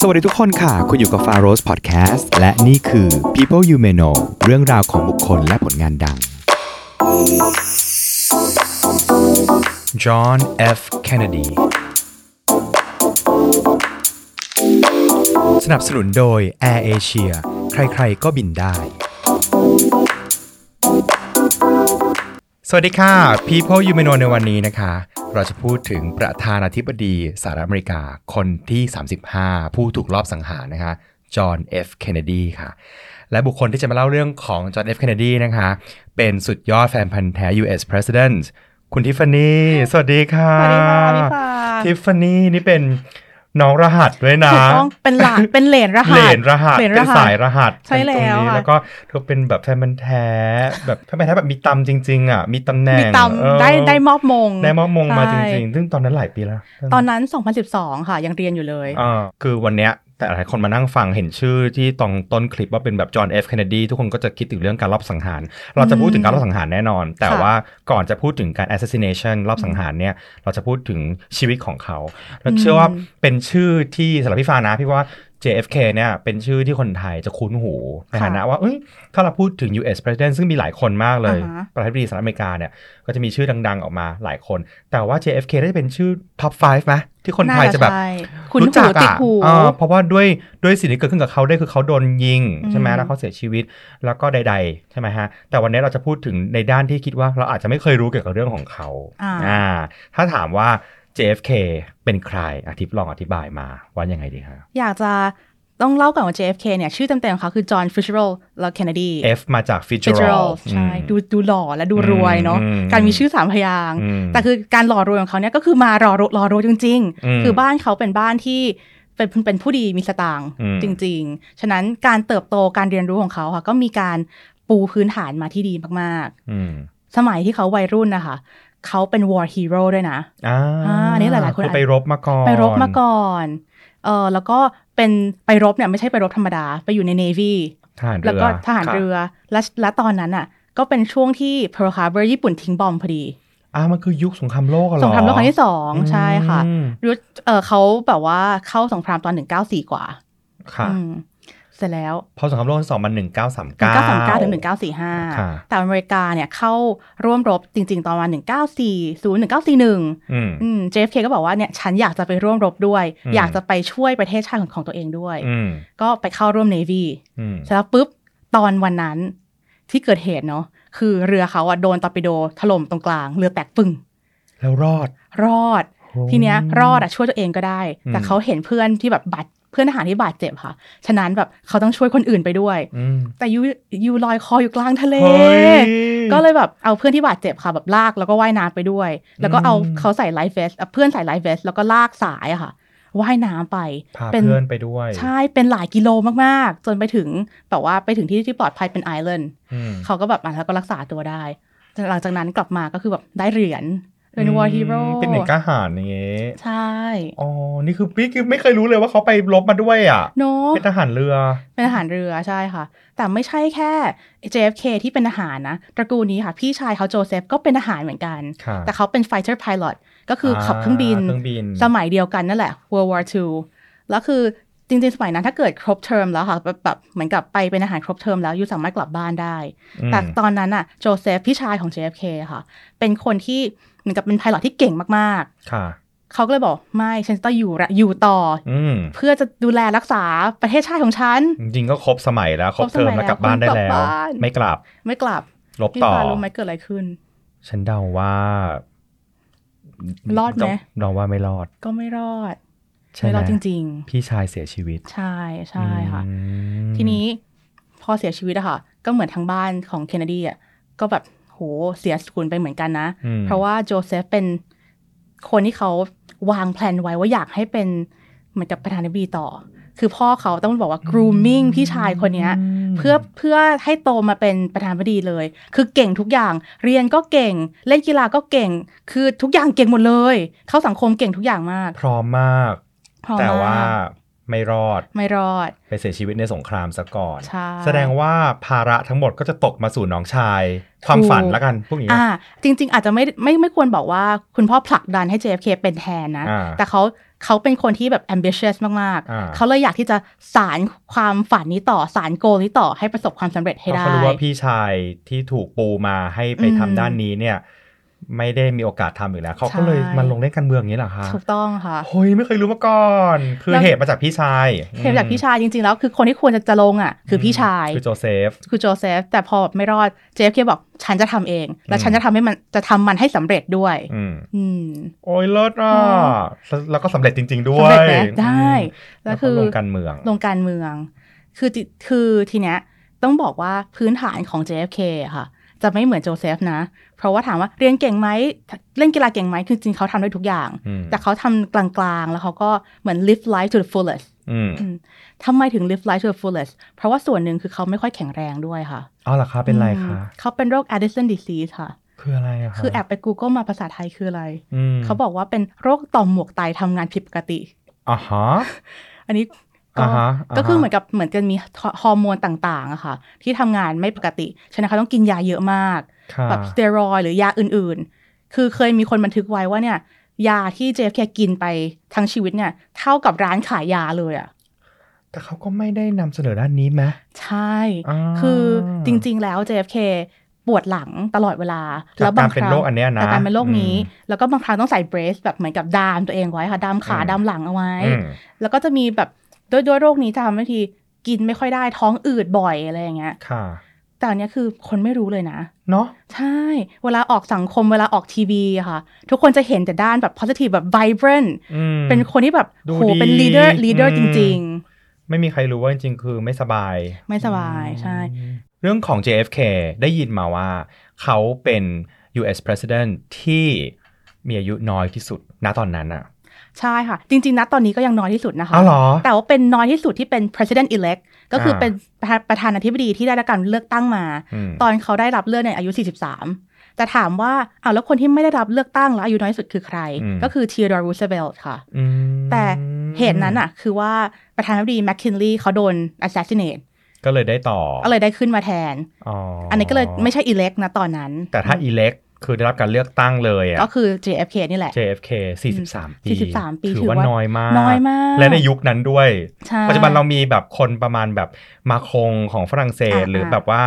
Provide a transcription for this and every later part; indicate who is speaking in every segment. Speaker 1: สวัสดีทุกคนค่ะ คุณอยู่กับ f a r o s Podcast และนี่คือ People You May Know เรื่องราวของบุคคลและผลงานดัง John F. Kennedy สนับสนุนโดย Air Asia ใครๆก็บินได้ สวัสดีค่ะ People You May Know ในวันนี้นะคะ เราจะพูดถึงประธานาธิบดีสหรัฐอเมริกาคนที่ 35 ผู้ถูกลอบสังหารนะคะ จอห์น F. Kennedy ค่ะ และบุคคลที่จะมาเล่าเรื่องของจอห์น F. Kennedy นะคะ เป็นสุดยอดแฟนพันธ์แท้ US President คุณทิฟฟานี่ สวัสดีค่ะ
Speaker 2: สวัสดีค่ะพี่ปา
Speaker 1: ทิฟฟานี่นี่เป็นน้องรหัสด้วยนะ
Speaker 2: ถูกต้องเป็นหลานเป็นเหรนรหัส
Speaker 1: เหรียญรหัส
Speaker 2: เหรียญร
Speaker 1: เป็น
Speaker 2: หัส
Speaker 1: สายรหัส
Speaker 2: ใช่แล้ว
Speaker 1: เป็นตรงนี้
Speaker 2: ค่ะ
Speaker 1: แล้วก็เธอเป็นแบบแฟนมันธุ์แท้ แบบแฟนมันธุ์แท้แบบมีตำจริง ๆ อ่ะ มีตำแหน่ง
Speaker 2: มีต
Speaker 1: เออ
Speaker 2: ำได้ได้มอบมง
Speaker 1: ได้มอบมงมาจ
Speaker 2: ใช่
Speaker 1: ริง ๆ ซึ่งตอนนั้นหลายปีแล้ว
Speaker 2: ตอนนั้น 2012 ค่ะ ยังเรียนอยู่เลย
Speaker 1: อ่าคือวันเนี้ยแต่หลายคนมานั่งฟังเห็นชื่อที่ตรงต้นคลิปว่าเป็นแบบจอห์นเอฟเคนเนดีทุกคนก็จะคิดถึงเรื่องการลอบสังหาร เราจะพูดถึงการลอบสังหารแน่นอน แต่
Speaker 2: ค่ะ
Speaker 1: ว่าก่อนจะพูดถึงการ assassination รอบสังหารเนี่ย เราจะพูดถึงชีวิตของเขาแล้วเชื่อว่าเป็นชื่อที่สำหรับพี่ฟ้านะพี่ว่า JFK เนี่ยเป็นชื่อที่คนไทยจะคุ้นหูในฐานะว่าเอ้ยถ้าเราพูดถึง US President ซึ่งมีหลายคนมากเลย
Speaker 2: อ่าฮะ
Speaker 1: ประธานาธิบดีสหรัฐอเมริกาเนี่ย ก็จะมีชื่อดังๆออกมาหลายคน แต่ว่า JFK ได้เป็นชื่อ Top 5ไหมที่คนไทยจะแบบ
Speaker 2: าใช่คุณ
Speaker 1: รู้จั
Speaker 2: หู
Speaker 1: ก
Speaker 2: ติด
Speaker 1: อ่ะ
Speaker 2: หู
Speaker 1: เออเพราะว่าด้วยด้วยสิ่งที่เกิดขึ้นกับเขาด้วยคือเขาโดนยิง ใช่ไหม
Speaker 2: อืม
Speaker 1: แล้วเขาเสียชีวิตแล้วก็ใด ๆ ใช่ไหมฮะ แต่วันนี้เราจะพูดถึงในด้านที่คิดว่าเราอาจจะไม่เคยรู้เกี่ยวกับเรื่องของเขาอ่าถ้าถามว่า JFK เป็นใครอาทิตย์ลองอธิบายมาว่ายังไงดีคะ
Speaker 2: อยากจะต้องเล่าก่อนว่า JFK เนี่ย ชื่อเต็มๆเขาคือ John Fitzgerald และ Kennedy
Speaker 1: F มาจาก Fitzgerald
Speaker 2: Fitzgerald ใช่
Speaker 1: อืม
Speaker 2: ดูดูหล่อและดูรวยเนาะ
Speaker 1: อืม
Speaker 2: การมีชื่อสามพยางค์
Speaker 1: ม
Speaker 2: แต่คือการหล่อรวยของเขาเนี่ยก็คือมารอรรอรวยจริง
Speaker 1: อืม
Speaker 2: ๆ คือบ้านเขาเป็นบ้านที่เป็นเป็นผู้ดีมีสตางค์
Speaker 1: อืม
Speaker 2: จริง ๆ ฉะนั้นการเติบโตการเรียนรู้ของเขาค่ะ ก็มีการปูพื้นฐานมาที่ดีมาก
Speaker 1: อืม
Speaker 2: ๆ สมัยที่เขาวัยรุ่นนะคะเขาเป็น war hero ด้วยนะ
Speaker 1: อ่า
Speaker 2: อ่าอันนี้หลายๆคนอาจ
Speaker 1: ไปรบมาก่อน
Speaker 2: ไปรบมาก่อนเออแล้วก็เป็นไปรบเนี่ยไม่ใช่ไปรบธรรมดา ไปอยู่ใน navy
Speaker 1: ทหารเรือ
Speaker 2: แล้วก็ทหาร
Speaker 1: ค่ะ
Speaker 2: เรือ และและตอนนั้นอ่ะก็เป็นช่วงที่ Pearl Harbor ญี่ปุ่นทิ้งบอมพอดี
Speaker 1: อ่ามันคือยุคสงครามโลกอะเหรอ
Speaker 2: สงครามโลกครั้งที่สองใช่ค่ะ
Speaker 1: อืม
Speaker 2: รู้เออเขาแบบว่าเข้าสงครามตอน 194 กว่า
Speaker 1: ค่ะ
Speaker 2: อืมเสร็จแล้ว
Speaker 1: พอสงครามโลกครั้งที่สองมันหนึ่งเก้าสามเก้า
Speaker 2: 1939ถึง
Speaker 1: ค่ะ
Speaker 2: 1945 แต่อเมริกาเนี่ยเข้าร่วมรบจริง ๆ ตอนวัน 194 0 1941
Speaker 1: อืม
Speaker 2: อืม JFK ก็บอกว่าเนี่ยฉันอยากจะไปร่วมรบด้วย
Speaker 1: อืม
Speaker 2: อยากจะไปช่วยประเทศชาติของของตัวเองด้วย
Speaker 1: อืม
Speaker 2: ก็ไปเข้าร่วม Navy
Speaker 1: อืม
Speaker 2: เสร็จแล้วปุ๊บ ตอนวันนั้นที่เกิดเหตุเนาะคือเรือเขาอะโดนตอร์ปิโดถล่มตรงกลาง เรือแตกปึ้ง
Speaker 1: แล้วรอด
Speaker 2: รอด ทีเนี้ยรอดอะช่วยตัวเองก็ได้ แต่
Speaker 1: อืม
Speaker 2: เขาเห็นเพื่อนที่แบบบาดเพื่อนทหารที่บาดเจ็บค่ะ ฉะนั้นแบบเขาต้องช่วยคนอื่นไปด้วย
Speaker 1: อืม
Speaker 2: แต่ยูยูลอยคออยู่กลางทะเล
Speaker 1: เฮ้ย
Speaker 2: ก็เลยแบบเอาเพื่อนที่บาดเจ็บค่ะแบบลากแล้วก็ว่ายน้ำไปด้วย แล้วก็เอา
Speaker 1: อืม
Speaker 2: เขาใส่ไลฟ์เวสต์เพื่อนใส่ไลฟ์เวสต์แล้วก็ลากสายอะค่ะว่ายน้ำไป
Speaker 1: พาเพื่อนไปด้วย
Speaker 2: ใช่เป็นหลายกิโลมากๆ จนไปถึงแบบว่าไปถึงที่ที่ปลอดภัยเป็นไอแลนด์
Speaker 1: อืม
Speaker 2: เขาก็แบบอ่ะแล้วก็รักษาตัวได้ หลังจากนั้นกลับมาก็คือแบบได้เหรียญเป็นวอร์ฮีโร่
Speaker 1: เป็นเอกทหารอย่างเงี้ย
Speaker 2: ใช่
Speaker 1: อ๋อ นี่คือนี่คือไม่เคยรู้เลยว่าเขาไปรบมาด้วยอ่ะ
Speaker 2: เนาะ
Speaker 1: เป็นทหารเรือ
Speaker 2: เป็นทหารเรือใช่ค่ะ แต่ไม่ใช่แค่ JFK ที่เป็นทหารนะตระกูลนี้ค่ะ พี่ชายเขาโจเซฟก็เป็นทหารเหมือนกัน
Speaker 1: ค่ะ
Speaker 2: แต่เขาเป็น fighter pilot ก็คือขับเครื่องบิน
Speaker 1: าเครื่องบิน
Speaker 2: สมัยเดียวกันนั่นแหละ World War II แล้วคือจริงๆ สมัยนั้นถ้าเกิดครบเทอมแล้วค่ะแบบแบบเหมือนกับไปเป็นทหารครบเทอมแล้วยูสามารถกลับบ้านได้
Speaker 1: อืม
Speaker 2: แต่ตอนนั้นน่ะโจเซฟพี่ชายของ JFK ค่ะ เป็นคนที่เหมือนกับเป็นพายลอตที่เก่งมาก
Speaker 1: ค่ะ
Speaker 2: ๆ เขาก็เลยบอกไม่ฉันจะต้องอยู่ละอยู่ต่ออ
Speaker 1: อืม
Speaker 2: เพื่อจะดูแลรักษาประเทศชาติของฉัน
Speaker 1: จริงๆก็ครบสมัยแล้ว ครบเทอมแล้ว
Speaker 2: ค
Speaker 1: ก
Speaker 2: ร
Speaker 1: ลับบ
Speaker 2: สมัยแล้ว
Speaker 1: บ้านได้แล้ว
Speaker 2: กลับบ้าน
Speaker 1: ไม่กลับ
Speaker 2: ไม่กลับ
Speaker 1: ลบ
Speaker 2: พี่
Speaker 1: ต่อ
Speaker 2: ปารู้ไหมเกิดอะไรขึ้น
Speaker 1: ฉันเดาว่า
Speaker 2: รอดไหม
Speaker 1: เดาว่าไม่รอด
Speaker 2: ก็ไม่รอด
Speaker 1: ใช่
Speaker 2: ไม่
Speaker 1: ไหม
Speaker 2: รอดจริง
Speaker 1: พี่ชายเสียชีวิต
Speaker 2: ๆ ใช่ใช่ค่ะ
Speaker 1: อืม
Speaker 2: ทีนี้พอเสียชีวิตอะค่ะ ก็เหมือนทางบ้านของเคนเนดีอะก็แบบโหเสียสูญไปเหมือนกันนะ
Speaker 1: อืม
Speaker 2: เพราะว่าโจเซฟเป็นคนที่เขาวางแผนไว้ว่าอยากให้เป็นเหมือนกับประธานาธิบดีต่อ คือพ่อเขาต้องบอกว่า grooming พี่ชายคนเนี้ย เพื่อเพื่อให้โตมาเป็นประธานาธิบดีเลย คือเก่งทุกอย่าง เรียนก็เก่ง เล่นกีฬาก็เก่ง คือทุกอย่างเก่งหมดเลย เข้าสังคมเก่งทุกอย่างมาก
Speaker 1: พร้อมมาก
Speaker 2: พร้อม
Speaker 1: แต่ว่าม
Speaker 2: ก
Speaker 1: ไม่รอด
Speaker 2: ไม่รอด
Speaker 1: ไปเสียชีวิตในสงครามซะก่อน
Speaker 2: ใช่
Speaker 1: แสดงว่าภาระทั้งหมดก็จะตกมาสู่น้องชาย ความฝันละกันพวกนี้นะ
Speaker 2: อ่า จริง ๆ อาจจะไม่ไม่ไม่ควรบอกว่าคุณพ่อผลักดันให้ JFK เป็นแทนนะ
Speaker 1: อ่า
Speaker 2: แต่เขา เขาเป็นคนที่แบบ ambitious มาก
Speaker 1: อ่า
Speaker 2: ๆ เขาเลยอยากที่จะสารความฝันนี้ต่อสารโกลนี้ต่อให้ประสบความสำเร็จให้
Speaker 1: เพราะ
Speaker 2: ได้
Speaker 1: เขารู้ว่าพี่ชายที่ถูกปูมาให้ไปทำ
Speaker 2: อืม
Speaker 1: ด้านนี้เนี่ย ไม่ได้มีโอกาสทำอีกแล้วเขาก็
Speaker 2: ใช่
Speaker 1: เลยมาลงเล่นการเมืองอย่างนี้เหรอคะ
Speaker 2: ถูกต้องค่ะ
Speaker 1: โอ้ยไม่เคยรู้มาก่อน คือ
Speaker 2: แล้ว
Speaker 1: เหตุมาจากพี่ชาย
Speaker 2: เห็นจากพี่ชายจริงๆ แล้วคือคนที่ควรจะจะลงอ่ะ คือพี่ชาย
Speaker 1: คือโจเซฟ
Speaker 2: คือโจเซฟ แต่พอแบบไม่รอดเจฟเคบอกฉันจะทำเอง แล้
Speaker 1: อื
Speaker 2: ว
Speaker 1: ม
Speaker 2: ฉันจะทำให้มันจะทำมันให้สำเร็จด้วย
Speaker 1: อืม
Speaker 2: อืม
Speaker 1: โอ้ยเลิศอ่ะ
Speaker 2: อ๋
Speaker 1: แล้วก็สำเร็จจริง ๆ ด้ว
Speaker 2: สำ
Speaker 1: ย
Speaker 2: เร็จไหมได้
Speaker 1: อืม
Speaker 2: แล้
Speaker 1: แล้ว วคื
Speaker 2: คือ อ
Speaker 1: ลงการเมือง
Speaker 2: ลงการเมือง คือจิคือทีเนี้ยต้องบอกว่าพื้นฐานของ JFK อะค่ะ จะไม่เหมือนโจเซฟนะ เพราะว่าถามว่าเรียนเก่งไหมเล่นกีฬาเก่งไหมคือจริงๆเขาทำได้ทุกอย่าง
Speaker 1: อืม
Speaker 2: แต่เขาทำกลางๆ แล้วเขาก็เหมือน live life to the fullest
Speaker 1: อืม
Speaker 2: ทำไมถึง live life to the fullest เพราะว่าส่วนหนึ่งคือเขาไม่ค่อยแข็งแรงด้วยค่ะ
Speaker 1: เอาล่ะคะเป็นไร
Speaker 2: อื
Speaker 1: คะ
Speaker 2: มเขาเป็นโรค Addison disease ค่ะ
Speaker 1: คืออะไรอะคะ
Speaker 2: คือแอบไป Google มาภาษาไทยคืออะไร
Speaker 1: ม
Speaker 2: เขาบอกว่าเป็นโรคต่อมหมวกไตทำงานผิดปกติ
Speaker 1: อ่าฮะ
Speaker 2: อันนี้ก็
Speaker 1: อ่าฮะาฮะ
Speaker 2: ก็คือเหมือนกับเหมือนกันมีฮอร์โมนต่างๆอะค่ะ ที่ทำงานไม่ปกติฉะนั้นเขาต้องกินยาเยอะมาก
Speaker 1: ค่ะ
Speaker 2: แบบสเตียรอยด์หรือยาอื่นๆ คือเคยมีคนบันทึกไว้ว่าเนี่ย ยาที่ JFK กินไปทั้งชีวิตเนี่ย เท่ากับร้านขายยาเลยอะ
Speaker 1: แต่เขาก็ไม่ได้นำเสนอด้านนี้ไหม
Speaker 2: ใช่
Speaker 1: า
Speaker 2: คือจริงๆแล้ว JFK ปวดหลังตลอดเวลา
Speaker 1: จา
Speaker 2: แล้
Speaker 1: ก
Speaker 2: ว
Speaker 1: กา
Speaker 2: บา
Speaker 1: รง เป็น
Speaker 2: ครั้ง
Speaker 1: โรคอันเนี้ยนะ
Speaker 2: จากการเป็นโรคนี้
Speaker 1: อืม
Speaker 2: แล้วก็บางครั้งต้องใส่เบรสแบบเหมือนกับดามตัวเองไว้ค่ะ ดามขา
Speaker 1: อืม
Speaker 2: ดามหลังเอาไว้
Speaker 1: อืม
Speaker 2: แล้วก็จะมีแบบด้วยด้วยโรคนี้จะทำให้ทีกินไม่ค่อยได้ท้องอืดบ่อยอะไรอย่างเงี้ย
Speaker 1: ค่ะ
Speaker 2: แต่อันเนี้ยคือคนไม่รู้เลยนะ
Speaker 1: เนาะ
Speaker 2: ใช่ เวลาออกสังคมเวลาออกทีวีอะค่ะ ทุกคนจะเห็นแต่ด้านแบบ positive แบบ vibrant
Speaker 1: อืม
Speaker 2: เป็นคนที่แบบ
Speaker 1: ดู
Speaker 2: โห
Speaker 1: ดี
Speaker 2: เป็น leader leader
Speaker 1: อืม
Speaker 2: จริง
Speaker 1: ไม่มีใครรู้ว่าจริงๆ คือไม่สบาย
Speaker 2: ไม่สบายใช่
Speaker 1: อืมเรื่องของ JFK ได้ยินมาว่า เขาเป็น US President ที่มีอายุน้อยที่สุดณตอนนั้นอ่ะ
Speaker 2: ๆ ใช่ค่ะ จริง ๆ นะตอนนี้ก็ยังน้อยที่สุดนะคะ
Speaker 1: อ้าวเหรอ
Speaker 2: แต่ว่าเป็นน้อยที่สุดที่เป็น president elect ก็คือเป็นประธานประธานาธิบดีที่ได้รับการเลือกตั้งมา
Speaker 1: ม
Speaker 2: ตอนเขาได้รับเลือกในยอายุ 43 แต่ถามว่าอ้าวแล้วคนที่ไม่ได้รับเลือกตั้งแล้วอายุน้อยที่สุดคือใคร
Speaker 1: อืม
Speaker 2: ก็คือ Theodore Roosevelt ค่ะ
Speaker 1: อืม
Speaker 2: แต่เหตุนั้นอ่ะ คือว่าประธานาธิบดี McKinley เขาโดน assassinate
Speaker 1: ก็เลยได้ต่อ
Speaker 2: ก็เลยได้ขึ้นมาแทน
Speaker 1: อ๋อ
Speaker 2: อันนี้ก็เลยไม่ใช่ elect นะตอนนั้น
Speaker 1: แต่ถ้า elect คือได้รับการเลือกตั้งเลยอ่ะ
Speaker 2: ก็คือ JFK นี่แหละ
Speaker 1: JFK 43 ปี
Speaker 2: 43ปี
Speaker 1: ถือว่า
Speaker 2: ถือว่า
Speaker 1: น้อยมาก
Speaker 2: น้อยมาก
Speaker 1: และในยุคนั้นด้วย
Speaker 2: ใช่
Speaker 1: ปัจจุบันเรามีแบบคนประมาณแบบมาคงของฝรั่งเศส
Speaker 2: อ่า
Speaker 1: หรือแบบว่า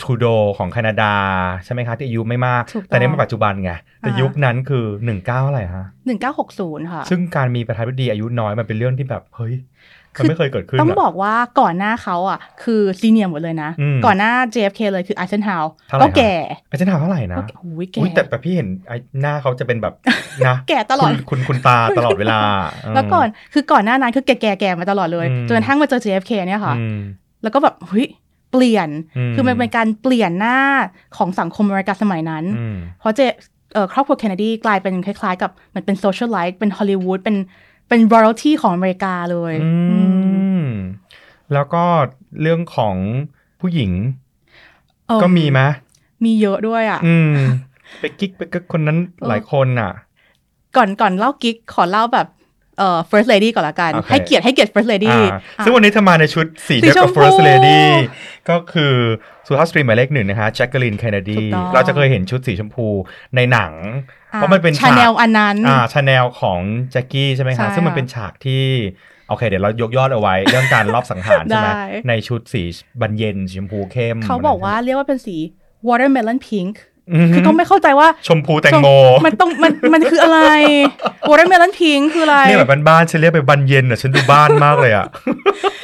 Speaker 1: ทูโดของแคนาดา ใช่ไหมคะที่อายุไม่มาก
Speaker 2: ถูกต้อง
Speaker 1: แต่ในปัจจุบันไง แต่
Speaker 2: อ่า
Speaker 1: ยุ
Speaker 2: ยุ
Speaker 1: คนั้นคือ 19เท่าไหร่ฮะ
Speaker 2: 1960 ค่ะ
Speaker 1: ซึ่งการมีประธานาธิบดีอายุน้อยมันเป็นเรื่องที่แบบเฮ้ยมัน
Speaker 2: คือ
Speaker 1: ไม่เคยเกิดขึ้น
Speaker 2: ต้อง
Speaker 1: อะ
Speaker 2: บอกว่าก่อนหน้าเขาอ่ะ คือซีเนียร์หมดเลยนะ
Speaker 1: อืม
Speaker 2: ก่อนหน้า JFK เลยคือ Eisenhower
Speaker 1: เท่าไหร่
Speaker 2: ก็
Speaker 1: ฮะ
Speaker 2: แก่
Speaker 1: อาจารย์ถามเท่าไหร่นะ
Speaker 2: ก็แก่โอ้ยแก่
Speaker 1: อุ้ยแต่แต่พี่เห็นไอ้หน้าเขาจะเป็นแบบนะ
Speaker 2: แก่ตลอด
Speaker 1: คุณคุณคุณตาตลอดเวลา
Speaker 2: แล้วก่อน
Speaker 1: ม
Speaker 2: คือก่อนหน้านั้นคือแก่ๆแก่มาตลอดเลย
Speaker 1: อืม
Speaker 2: จนกระทั่งมาเจอ JFK เนี่ยค่ะ
Speaker 1: อืม
Speaker 2: แล้วก็แบบเฮ้ยเปลี่ยน คือมันเป็นการเปลี่ยนหน้าของสังคมอเมริกาสมัยนั้น
Speaker 1: อืม
Speaker 2: เพราะเจเอ่อครอบครัวเคนเนดีกลายเป็นคล้ายๆ กับมันเป็นโซเชียลไลท์เป็นฮอลลีวูดเป็นเป็นวอร์ตี้ของอเมริกาเลย
Speaker 1: อื
Speaker 2: อืม
Speaker 1: ม แล้วก็เรื่องของผู้หญิง
Speaker 2: เอิ่
Speaker 1: ก็มีไหม
Speaker 2: มีเยอะด้วยอ่ะ
Speaker 1: อืม ไปกิ๊กไปกึกคนนั้น
Speaker 2: เออ
Speaker 1: หลายคนอ่ะ
Speaker 2: ก่อนก่อนเล่ากิ๊กขอเล่าแบบเอ่อ first lady ก่อนละกัน
Speaker 1: โอเค
Speaker 2: ให้เกียรติให้เกียรติ first lady
Speaker 1: อ่า
Speaker 2: อ่ะ
Speaker 1: ซึ่งวันนี้เธอมาในชุดสี
Speaker 2: สี
Speaker 1: เดียวกับ
Speaker 2: ชมพู
Speaker 1: first lady ก็คือสุภาพสตรีหมายเลขหนึ่งนะคะแจ็คเกอรีนเคนเนดี
Speaker 2: ถูกต้อง
Speaker 1: เราจะเคยเห็นชุดสีชมพูในหนัง เพราะมันเป็นฉาก
Speaker 2: ชาแนลอันนั้น
Speaker 1: อ่าชาแนลของแจ็คกี้ใช่ไหม
Speaker 2: ใช่
Speaker 1: คะ
Speaker 2: ค่ะ
Speaker 1: ซึ่งมันเป็นฉากที่โอเคเดี๋ยวเรายกยอดเอาไว้ เรื่องการรอบสังหารใช่ไหม
Speaker 2: ได้
Speaker 1: ในชุดสีบรรเย็นสีชมพูเข้ม
Speaker 2: เขาบอกว่าเรียกว่าเป็นสี watermelon pink
Speaker 1: ม
Speaker 2: คือก็ไม่เข้าใจว่า
Speaker 1: ชมพูแตงโม
Speaker 2: มันต้องมันมันคืออะไร watermelon pink คืออะไร
Speaker 1: เนี่ยแบบบ้านๆฉันเรียกไปบานเย็นอ่ะฉันดูบ้านมากเลยอ่ะ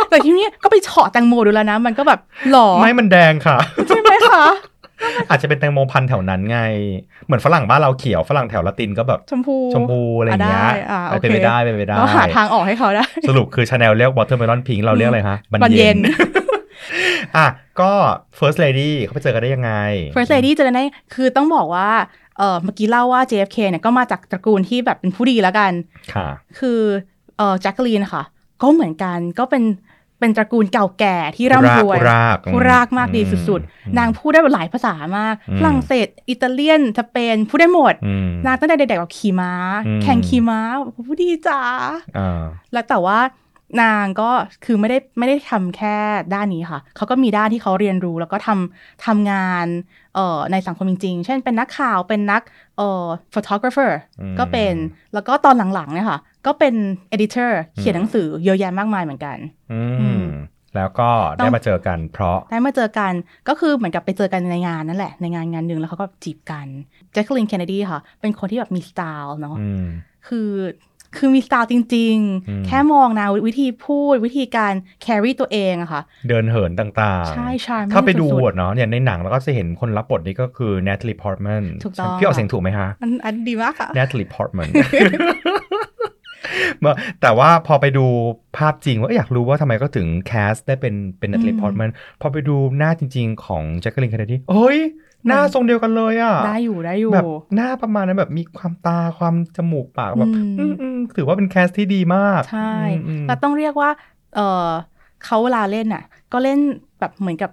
Speaker 2: แต่ทีนี้ก็ไปเฉาะแตงโมดูแล้วนะ มันก็แบบหลอ
Speaker 1: ไม่มันแดงค่ะ
Speaker 2: ใช่ไหมคะ
Speaker 1: อาจจะเป็นแตงโมพันธุ์แถวนั้นไง เหมือนฝรั่งบ้านเราเขียวฝรั่งแถวละตินก็แบบ
Speaker 2: ชมพู
Speaker 1: ชมพูอะไรอย่างเงี้ย
Speaker 2: อ่ะได้อ่ะโอเค
Speaker 1: เป็นไปได้เป็นไปได้
Speaker 2: แล้วหาทางออกให้เขาได้
Speaker 1: สรุปคือชาแนลเรียกวอเตอร์เมลอนพิงเราเรียกอะไรฮะ
Speaker 2: บานเย็น
Speaker 1: อ่ะก็ first lady เขาไปเจอกันได้ยังไง
Speaker 2: first lady จะได้คือต้องบอกว่าเออเมื่อกี้เล่าว่า JFK เนี่ยก็มาจากตระกูลที่แบบเป็นผู้ดีแล้วกัน
Speaker 1: ค่ะ
Speaker 2: คือเออแจ็คลีนค่ะ ก็เหมือนกันก็เป็นเป็นตระกูลเก่าแก่ที่ร่ำรวย
Speaker 1: ผู้ราก
Speaker 2: ผู้รากมากดี
Speaker 1: อืม
Speaker 2: สุด
Speaker 1: อืม
Speaker 2: ๆ นางพูดได้หลายภาษามาก
Speaker 1: อืม
Speaker 2: ฝรั่งเศส อิตาเลียนสเปนพูดได้หมด
Speaker 1: อืม
Speaker 2: นางตั้งแต่เด็กๆแบบขี่ม้า
Speaker 1: อืม
Speaker 2: แข่งขี่ม้าผู้ดีจ๋า
Speaker 1: อ่า
Speaker 2: แล้วแต่ว่านางก็คือไม่ได้ไม่ได้ทำแค่ด้านนี้ค่ะ เขาก็มีด้านที่เขาเรียนรู้แล้วก็ทำทำงานเอ่อในสังคมจริงๆ เช่นเป็นนักข่าวเป็นนักเอ่อ photographer
Speaker 1: อืม
Speaker 2: ก็เป็นแล้วก็ตอนหลังๆเนี่ยค่ะ ก็เป็น editor เขียนหนังสือเยอะแยะมากมายเหมือนกัน
Speaker 1: อื
Speaker 2: อื
Speaker 1: ม
Speaker 2: ม
Speaker 1: แล้วก็
Speaker 2: ต้
Speaker 1: ได้
Speaker 2: อง
Speaker 1: มาเจอกันเพราะ
Speaker 2: ได้มาเจอกันก็คือเหมือนกับไปเจอกันในงานนั่นแหละ ในงานงานหนึ่งแล้วเขาก็จีบกันแจ็คลินเคนเนดีค่ะ เป็นคนที่แบบมีสไตล์เนาะ
Speaker 1: อืม
Speaker 2: คือคือมีสไตล์จริง
Speaker 1: อืม
Speaker 2: ๆ แค่มองนะวิธีพูดวิธีการ carry ตัวเองอะค่ะ
Speaker 1: เดินเหินต่าง
Speaker 2: ใช่ชาร์ม
Speaker 1: ถ้าไปดูบทเนาะเนี่ยในหนังเราก็จะเห็นคนรับบทนี้ก็คือ Natalie Portman
Speaker 2: ถูกต้อง
Speaker 1: พี่ออกเสียงถูกไหมคะ
Speaker 2: อันอันดีมากค่ะ
Speaker 1: Natalie Portman เมื่อแต่ว่าพอไปดูภาพจริงว่าเอ้ยอยากรู้ว่าทำไมก็ถึงแคสได้เป็นเป็น Natalie
Speaker 2: อืม
Speaker 1: Portman พอไปดูหน้าจริง ๆ ของ Jacqueline Kennedy เฮ้ย หน้าทรงเดียวกันเลยอ่ะ
Speaker 2: ได้อยู่ได้อยู่
Speaker 1: แบบหน้าประมาณนั้นแบบมีความตาความจมูกปากแบบ
Speaker 2: อืม
Speaker 1: อืมอืมถือว่าเป็นแคสที่ดีมาก
Speaker 2: ใช่
Speaker 1: อืมอืม
Speaker 2: แต่ต้องเรียกว่า เออเขาเวลาเล่นน่ะ ก็เล่นแบบเหมือนกับ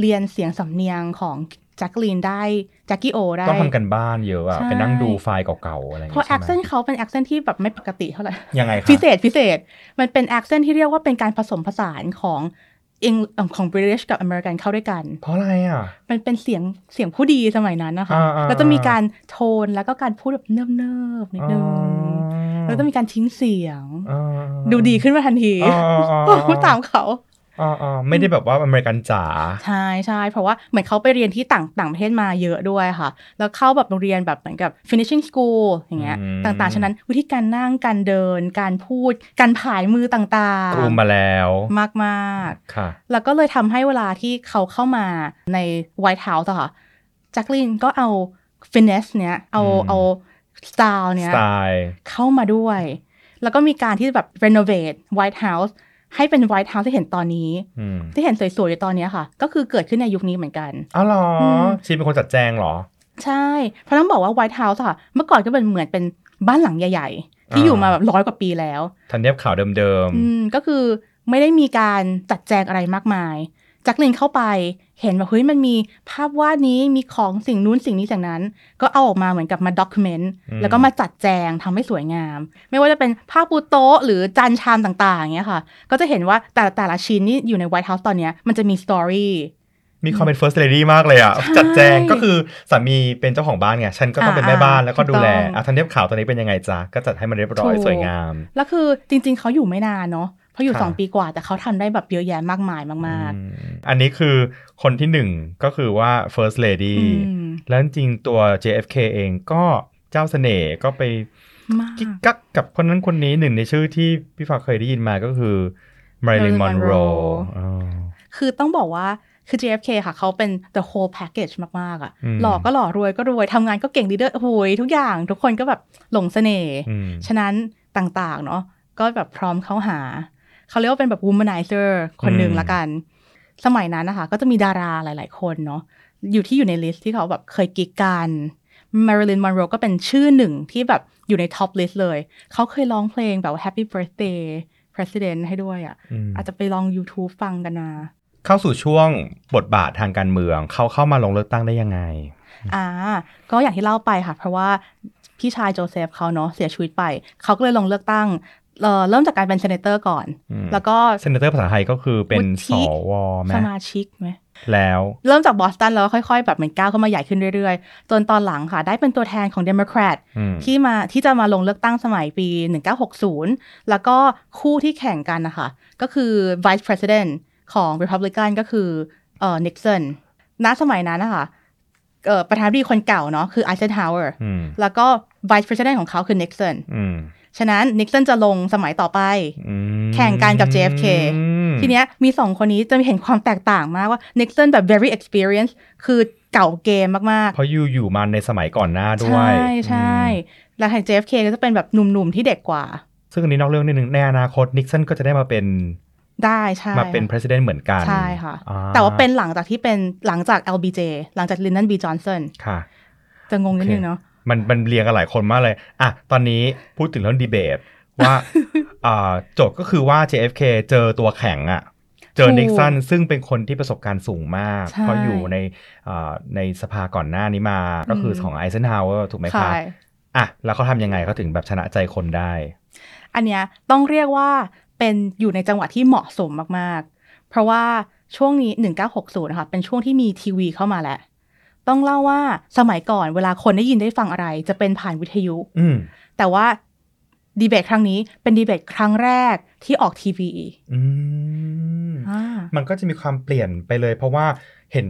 Speaker 2: เรียนเสียงสำเนียงของแจ็คลีนได้แจ็คกี้โอได้
Speaker 1: ต้องทำกันบ้านเยอะอะ
Speaker 2: ใช่
Speaker 1: ไปนั่งดูไฟล์เก่าๆอะไรอย่าง
Speaker 2: เพราะ
Speaker 1: เงี้ย
Speaker 2: แอ
Speaker 1: ใช่ไห
Speaker 2: คเซน
Speaker 1: ม
Speaker 2: ต์เขาเป็นแอคเซนต์ที่แบบไม่ปกติเท่าไหร่
Speaker 1: ยังไงครั
Speaker 2: พิเศษพิเศษ มันเป็นแอคเซนต์ที่เรียกว่าเป็นการผสมผสานของเองของบริ i ิชกับอเมริกันเข้าด้วยกัน
Speaker 1: เพราะอะไรอ่ะ
Speaker 2: มันเป็นเสียงเสียงผู้ดีสมัยนั้นนะคะ
Speaker 1: อ่าอ่า
Speaker 2: แล้วจะมีการโทนแล้วก็การพูดแบบเนิบๆนิดนึงแล้วจะมีการทิ้งเสียง
Speaker 1: อ่า
Speaker 2: ดูดีขึ้นมาทันที
Speaker 1: อ่าอ่าอ่า
Speaker 2: พูดตามเขา
Speaker 1: อ่าอ่าไม่ได้แบบว่าอเมริกันจ๋า
Speaker 2: ใช่ใช่เพราะว่าเหมือนเขาไปเรียนที่ต่างต่างประเทศมาเยอะด้วยค่ะ แล้วเข้าแบบโรงเรียนแบบเหมือนกับ finishing school อย่างเงี้ย
Speaker 1: อืม
Speaker 2: ต่างๆ ฉะนั้นวิธีการนั่งการเดิน การพูด การผายมือต่าง
Speaker 1: กรูมมาแล้ว
Speaker 2: มากมาก
Speaker 1: ค่ะ
Speaker 2: ๆ แล้วก็เลยทำให้เวลาที่เขาเข้ามาใน White House อะค่ะแจ็คลินก็เอา finesse เนี้ยเอา
Speaker 1: อืม
Speaker 2: เอาสไตล์เนี้
Speaker 1: ส
Speaker 2: ย
Speaker 1: ไตล์
Speaker 2: เข้ามาด้วย แล้วก็มีการที่แบบ renovate White House ให้เป็น White House ที่เห็นตอนนี้
Speaker 1: อืม
Speaker 2: ที่เห็นสวยๆอยู่ตอนเนี้ยค่ะ ก็คือเกิดขึ้นในยุคนี้เหมือนกัน
Speaker 1: อ๋อเหรออ
Speaker 2: ม
Speaker 1: ชีเป็นคนจัดแจงเหรอ
Speaker 2: ใช่ เพราะต้องบอกว่า White House อะค่ะ เมื่อก่อนก็เป็นเหมือนเป็นบ้านหลังใหญ่ ๆ ที่
Speaker 1: อ่า
Speaker 2: อยู่มาแบบร้อยกว่าปีแล้ว
Speaker 1: ทันเนียบข่าวเดิม
Speaker 2: อืมก็คือไม่ได้มีการจัดแจงอะไรมากมายแจักลินเข้าไปเห็นว่าเฮ้ยมันมีภาพวาดนี้มีของสิ่งนู้นสิ่งนี้สิ่งนั้น ก็เอาออกมาเหมือนกับมาด็อกิเมนต์
Speaker 1: ๆ
Speaker 2: แล้วก็มาจัดแจงทำให้สวยงาม ไม่ว่าจะเป็นผ้าปูโต๊ะหรือจานชามต่างๆอย่างเงี้ยค่ะ ก็จะเห็นว่าแต่ละแต่ละชิ้นนี่อยู่ใน White House ตอนเนี้ยมันจะมีสตอรี่
Speaker 1: มีความเป็น first lady มากเลยอ่ะ
Speaker 2: ใช่
Speaker 1: จัดแจงก็คือสามีเป็นเจ้าของบ้านไงฉันก็ต้องเป็น
Speaker 2: อ่า
Speaker 1: แม่บ้านแล้วก็
Speaker 2: ถู
Speaker 1: ดู
Speaker 2: กต้อง
Speaker 1: แลอ่ะทันเนียบข่าวตอนนี้เป็นยังไงจ๊ะก็จัดให้มันเรียบร้อย
Speaker 2: ถูก
Speaker 1: สวยงาม
Speaker 2: แล้วคือจริงๆ เขาอยู่ไม่นานเนาะเพราะอยู่
Speaker 1: ค่ะ
Speaker 2: 2 ปีกว่าแต่เขาทำได้แบบเยอะแยะมากมายมาก
Speaker 1: อืมอันนี้คือคนที่หนึ่งก็คือว่า first
Speaker 2: ๆ
Speaker 1: lady
Speaker 2: อืม
Speaker 1: แล้วจริงๆตัว JFK เองก็เจ้าเสน่ห์ก็ไป
Speaker 2: มาก
Speaker 1: กิ๊กกักกับคนนั้นคนนี้หนึ่งในชื่อที่พี่ฟ้าเคยได้ยินมาก็คือ Marilyn
Speaker 2: Marilyn
Speaker 1: Monroe
Speaker 2: Monroe
Speaker 1: อ๋อ
Speaker 2: คือต้องบอกว่าคือ JFK ค่ะเขาเป็น the whole package มาก ๆอะ่ะ
Speaker 1: อืม
Speaker 2: หล่อก็หล่อรวยก็รวยทำงานก็เก่งดีเดอร์โอ้โหยทุกอย่างทุกคนก็แบบหลงเสน่ห์
Speaker 1: อืม
Speaker 2: ฉะนั้นต่างๆ เนาะก็แบบพร้อมเข้าหา เขาเรียกว่าเป็นแบบ womanizer คนหนึ่ง
Speaker 1: อืม
Speaker 2: ละกัน สมัยนั้นนะคะ ก็จะมีดาราหลายๆ คนเนาะอยู่ที่อยู่ในลิสต์ที่เขาแบบเคยกิกกัน Marilyn Monroe ก็เป็นชื่อหนึ่งที่แบบอยู่ในท็อปลิสต์เลย เขาเคยร้องเพลงแบบว่า Happy Birthday President ให้ด้วยอะ่ะ
Speaker 1: อืม
Speaker 2: อาจจะไปลอง YouTube ฟังกันมา
Speaker 1: เข้าสู่ช่วงบทบาททางการเมือง เขาเข้ามาลงเลือกตั้งได้ยังไง
Speaker 2: อ่า ก็อย่างที่เล่าไปค่ะ เพราะว่าพี่ชายโจเซฟเขาเนาะเสียชีวิตไป เขาก็เลยลงเลือกตั้งเอ่อเริ่มจากการเป็นเซเนเตอร์ก่อน
Speaker 1: อืม
Speaker 2: แล้วก็
Speaker 1: เซนเตอร์ภาษาไทยก็คือเป็น
Speaker 2: วุฒิ
Speaker 1: สวไหม
Speaker 2: สมาชิกไหม
Speaker 1: แล้ว
Speaker 2: เริ่มจากบอสตันแล้วค่อยๆ แบบเหมือนก้าวเข้ามาใหญ่ขึ้นเรื่อยๆ จนตอนหลังค่ะ ได้เป็นตัวแทนของเดโมแครต
Speaker 1: อืม
Speaker 2: ที่มาที่จะมาลงเลือกตั้งสมัยปี 1960 แล้วก็คู่ที่แข่งกันนะคะ ก็คือ Vice President ของ Republican ก็คือเอ่อนิกสันณสมัยนั้นนะคะเอ่อประธานาธิบดีคนเก่าเนาะคือไอเซนฮาวเวอร์
Speaker 1: อืม
Speaker 2: แล้วก็ Vice President ของเขาคือนิกสัน
Speaker 1: อืม
Speaker 2: ฉะนั้นนิกสันจะลงสมัยต่อไป
Speaker 1: อืม
Speaker 2: แข่งกันกับ JFK
Speaker 1: อืม
Speaker 2: ทีเนี้ยมีสองคนนี้จะเห็นความแตกต่างมากว่า Nixon แบบ very experienced คือเก่าเกมมาก
Speaker 1: เพราะอยู่อยู่มาในสมัยก่อนหน้า
Speaker 2: ๆ
Speaker 1: ด้ว
Speaker 2: ใช่
Speaker 1: ย
Speaker 2: ใช่
Speaker 1: อืม
Speaker 2: แล้วของ JFK ก็จะเป็นแบบหนุ่มๆที่เด็กกว่า
Speaker 1: ซึ่งอันนี้นอกเรื่องนิดนึงในอนาคตนิก s ันก็จะได้มาเป็น
Speaker 2: ได้ใช่
Speaker 1: มาเป็น president เหมือนกัน
Speaker 2: ใช่ค่ะ
Speaker 1: อ่
Speaker 2: แต่ว่าเป็นหลังจากที่เป็นหลังจาก LBJ หลังจาก Lyndon B Johnson
Speaker 1: ค่ะ
Speaker 2: จะงงนิดนึงเนาะ
Speaker 1: มันมันเรียงกันหลายคนมากเลย อ่ะ ตอนนี้พูดถึงเรื่องดีเบต ว่า อ่าโจทย์ก็คือว่า JFK เจอตัวแข็งอะเจอ
Speaker 2: ถูก
Speaker 1: นิก s ันซึ่งเป็นคนที่ประสบการณ์สูงมาก
Speaker 2: ใช่
Speaker 1: เพราะอยู่ในอ่าในสภาก่อนหน้านี้มาก็คืออ
Speaker 2: ม
Speaker 1: ของไอเซนฮาวเวอร์ถูกไหมคะ
Speaker 2: ใช่
Speaker 1: อ่ะ แล้วเขาทำยังไงเขาถึงแบบชนะใจคนได้
Speaker 2: อันเนี้ยต้องเรียกว่าเป็นอยู่ในจังหวะที่เหมาะสมมากๆ เพราะว่าช่วงนี้ 1960 นะคะ เป็นช่วงที่มีทีวีเข้ามาแหละ ต้องเล่าว่าสมัยก่อนเวลาคนได้ยินได้ฟังอะไร จะเป็นผ่านวิทยุ
Speaker 1: อืม
Speaker 2: แต่ว่า ดีเบตครั้งนี้เป็นดีเบตครั้งแรกที่ออกทีวี
Speaker 1: อืม
Speaker 2: อ่า
Speaker 1: มันก็จะมีความเปลี่ยนไปเลย เพราะว่าเห็น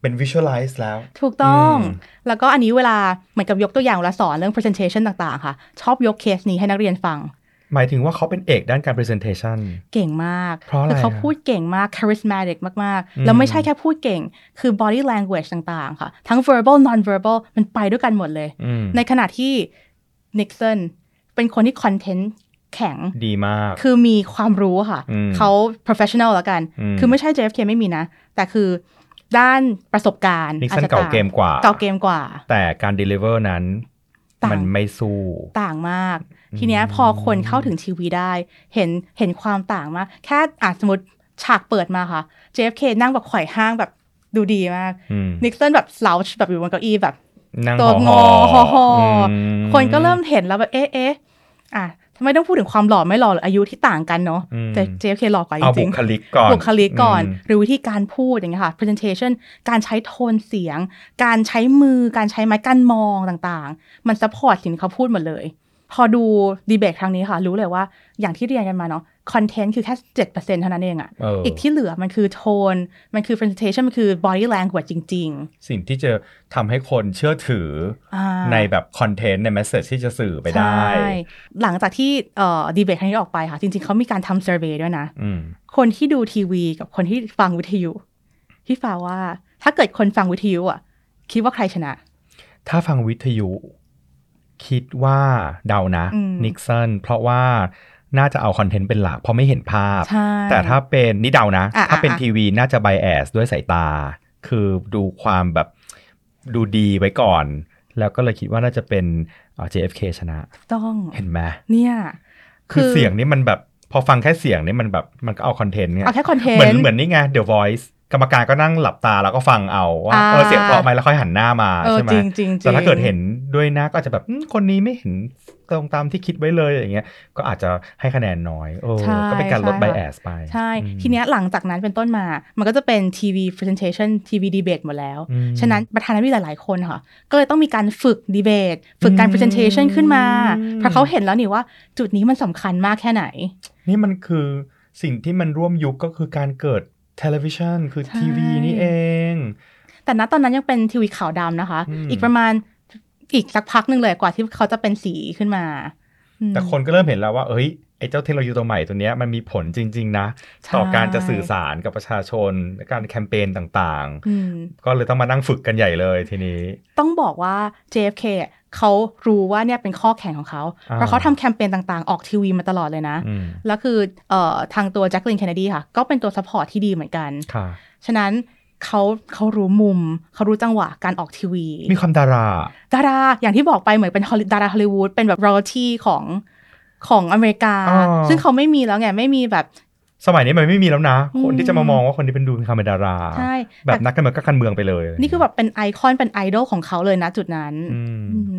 Speaker 1: เป็น visualize แล้ว
Speaker 2: ถูกต้อง
Speaker 1: อืม
Speaker 2: แล้วก็อันนี้เวลาเหมือนกับยกตัวอย่างเวลาสอนเรื่อง presentation ต่างๆ ค่ะ ชอบยกเคสนี้ให้นักเรียนฟัง
Speaker 1: หมายถึงว่าเขาเป็นเอกด้านการ presentation
Speaker 2: เก่งมาก
Speaker 1: เพราะอะไร
Speaker 2: คืเขา
Speaker 1: ฮะ
Speaker 2: พูดเก่งมาก charismatic มาก
Speaker 1: อืม
Speaker 2: ๆ แล้วไม่ใช่แค่พูดเก่ง คือ body language ต่างๆ ค่ะ ทั้ง verbal non verbal มันไปด้วยกันหมดเลย
Speaker 1: อืม
Speaker 2: ในขณะที่ Nixon เป็นคนที่ content แข็ง
Speaker 1: ดีมาก
Speaker 2: คือมีความรู้ค่ะ
Speaker 1: อืม
Speaker 2: เขา professional แล้วกัน
Speaker 1: อืม
Speaker 2: คือไม่ใช่ JFK ไม่มีนะ แต่คือด้านประสบการณ์
Speaker 1: นิก
Speaker 2: อา
Speaker 1: สั
Speaker 2: จ
Speaker 1: น
Speaker 2: จะ
Speaker 1: เก่า
Speaker 2: ต่ง
Speaker 1: เกมกว่า
Speaker 2: เก่าเกมกว่า
Speaker 1: แต่การ deliver นั้น
Speaker 2: ต่าง
Speaker 1: มันไม่สู้
Speaker 2: ต่างมาก
Speaker 1: อืม
Speaker 2: ทีเนี้ยพอคนเข้าถึงทีวีได้ เห็นเห็นความต่างมาก แค่อ่ะสมมติฉากเปิดมาค่ะ JFK นั่งแบบไขว่ห้างแบบดูดีมาก
Speaker 1: อืม
Speaker 2: นิก s o นแบบ slouch แบบอยู่บนเก้าอี้แบบ
Speaker 1: นั่ง
Speaker 2: ตัวง
Speaker 1: ห่
Speaker 2: อ
Speaker 1: ๆ
Speaker 2: ห่อห่ออื
Speaker 1: ม
Speaker 2: คนก็เริ่มเห็นแล้วแบบเอ๊ะเอ๊ะอ่ะทำไมต้องพูดถึงความหล่อไม่หล่อหรืออายุที่ต่างกันเนาะ
Speaker 1: อืม
Speaker 2: แต่ JFK หล่อกว่าจ
Speaker 1: เอา
Speaker 2: ริ
Speaker 1: บุ
Speaker 2: ง
Speaker 1: คลิกก่อน
Speaker 2: ๆบุคลิกก่อน
Speaker 1: ม
Speaker 2: หรือวิธีการพูดอย่างเงี้ยค่ะ presentation การใช้โทนเสียง การใช้มือการใช้ไม้การมองต่างๆ มัน support สิ่งที่เขาพูดหมดเลย พอดูดีเบตครั้งนี้ค่ะ รู้เลยว่าอย่างที่เรียนกันมาเนาะคอนเทนต์คือแค่ 7%เท่านั้นเองอะ
Speaker 1: เอออี
Speaker 2: อีกที่เหลือมันคือโทน มันคือ presentation มันคือ body language จริง
Speaker 1: สิ่งที่จะทำให้คนเชื่อถือ
Speaker 2: ๆอ่า
Speaker 1: ในแบบคอนเทนต์ใน message ที่จะสื่อไปได้
Speaker 2: ใช่หลังจากที่เอ่อดีเบตครั้งนี้ออกไปค่ะ จริง ๆเขามีการทำเซอร์เวยด้วยนะ
Speaker 1: อืม
Speaker 2: คนที่ดูทีวีกับคนที่ฟังวิทยุพี่ฟ้าว่า ถ้าเกิดคนฟังวิทยุอ่ะ คิดว่าใครชนะ
Speaker 1: ถ้าฟังวิทยุ คิดว่าเดานะ
Speaker 2: อืม
Speaker 1: นิกเซนเพราะว่าน่าจะเอาคอนเทนต์เป็นหลักเพราะไม่เห็นภาพ
Speaker 2: ใช่
Speaker 1: แต่ถ้าเป็นนี่เดานะ
Speaker 2: อ่ะ
Speaker 1: ถ้าเป็น
Speaker 2: อ่ะ
Speaker 1: ทีวีน่าจะไบแอสด้วยสายตา คือดูความแบบดูดีไว้ก่อน แล้วก็เลยคิดว่าน่าจะเป็นเอ่อ JFK ชนะ
Speaker 2: ต้อง
Speaker 1: เห็นไหม
Speaker 2: เนี่ย
Speaker 1: คือเสียงนี่มันแบบ พอฟังแค่เสียงนี่มันแบบมันก็เอาคอนเทนต์เนี่ย
Speaker 2: เอาแค่คอนเทน
Speaker 1: เหมือน
Speaker 2: ต์
Speaker 1: เหมือนนี่ไง The Voice กรรมการก็นั่งหลับตาแล้วก็ฟังเอาว่า
Speaker 2: อ่า
Speaker 1: เออเสียงเพราะไหมแล้วค่อยหันหน้ามา
Speaker 2: เออ
Speaker 1: ใช่ไหม
Speaker 2: จริงจริงจริง
Speaker 1: แต่ถ้าเกิดเห็นด้วยหน้าก็อาจจะแบบอืมคนนี้ไม่เห็นตรงตามที่คิดไว้เลยอย่างเงี้ยก็อาจจะให้คะแนนน้อยเออ
Speaker 2: ใช่
Speaker 1: ก็เป็นการลด b
Speaker 2: ใช่ค่ะ
Speaker 1: i แอสไป
Speaker 2: ใช่
Speaker 1: อืม
Speaker 2: ทีเนี้ยหลังจากนั้นเป็นต้นมา มันก็จะเป็นทีวี presentation ทีวีดีเบตหมดแล้ว
Speaker 1: อืม
Speaker 2: ฉะนั้นประธานาธิบดีหลาย ๆ คนค่ะ ก็เลยต้องมีการฝึกดีเบต ฝึกการ
Speaker 1: อืม
Speaker 2: presentation ขึ้นมา เพราะเขาเห็นแล้วนี่ว่าจุดนี้มันสำคัญมากแค่ไหน
Speaker 1: นี่มันคือสิ่งที่มันร่วมยุคก็คือการเกิดทีวีชันคือ
Speaker 2: ใช่
Speaker 1: ทีวีนี่เอง
Speaker 2: แต่ณตอนนั้นยังเป็นทีวีขาวดำนะคะ
Speaker 1: อืม
Speaker 2: อีกประมาณอีกสักพักหนึ่งเลยกว่าที่เขาจะเป็นสีขึ้นมาอืม
Speaker 1: แต่คนก็เริ่มเห็นแล้วว่า เอ้ยไอ้เจ้าเทคโนโลยีตัวใหม่ตัวเนี้ยมันมีผลจริง ๆ นะ ต่อการจะสื่อสารกับประชาชนและการแคมเปญต่างๆ
Speaker 2: อืม
Speaker 1: ก็เลยต้องมานั่งฝึกกันใหญ่เลยทีนี้
Speaker 2: ต้องบอกว่า JFK อะเขารู้ว่าเนี่ยเป็นข้อแข่งของเขา
Speaker 1: อ่า
Speaker 2: เพราะเขาทำแคมเปญต่างๆ ออกทีวีมาตลอดเลยนะ
Speaker 1: อืม
Speaker 2: แล้วคือเอ่อทางตัวแจ็คลินเคนเนดีค่ะ ก็เป็นตัวซัพพอร์ตที่ดีเหมือนกัน
Speaker 1: ค่ะ
Speaker 2: ฉะนั้นเขาเขารู้มุม เขารู้จังหวะการออกทีวี
Speaker 1: มีความดารา
Speaker 2: ดาราอย่างที่บอกไปเหมือนเป็นฮอลลีดาราฮอลลีวูดเป็นแบบรอทีของของอเมริกา
Speaker 1: อ๋อ
Speaker 2: ซึ่งเขาไม่มีแล้วไง ไม่มีแบบ
Speaker 1: สมัยนี้มันไม่มีแล้วนะ
Speaker 2: อืม
Speaker 1: คนที่จะมามองว่าคนนี้เป็นดูเป็นความเป็นดารา
Speaker 2: ใช่
Speaker 1: แบ
Speaker 2: แต่
Speaker 1: บนักการเมืองก็การเมืองไปเลย
Speaker 2: นี่คือแบบเป็นไอคอนเป็นไอดอลของเขาเลยนะจุดนั้น
Speaker 1: อืม
Speaker 2: อืม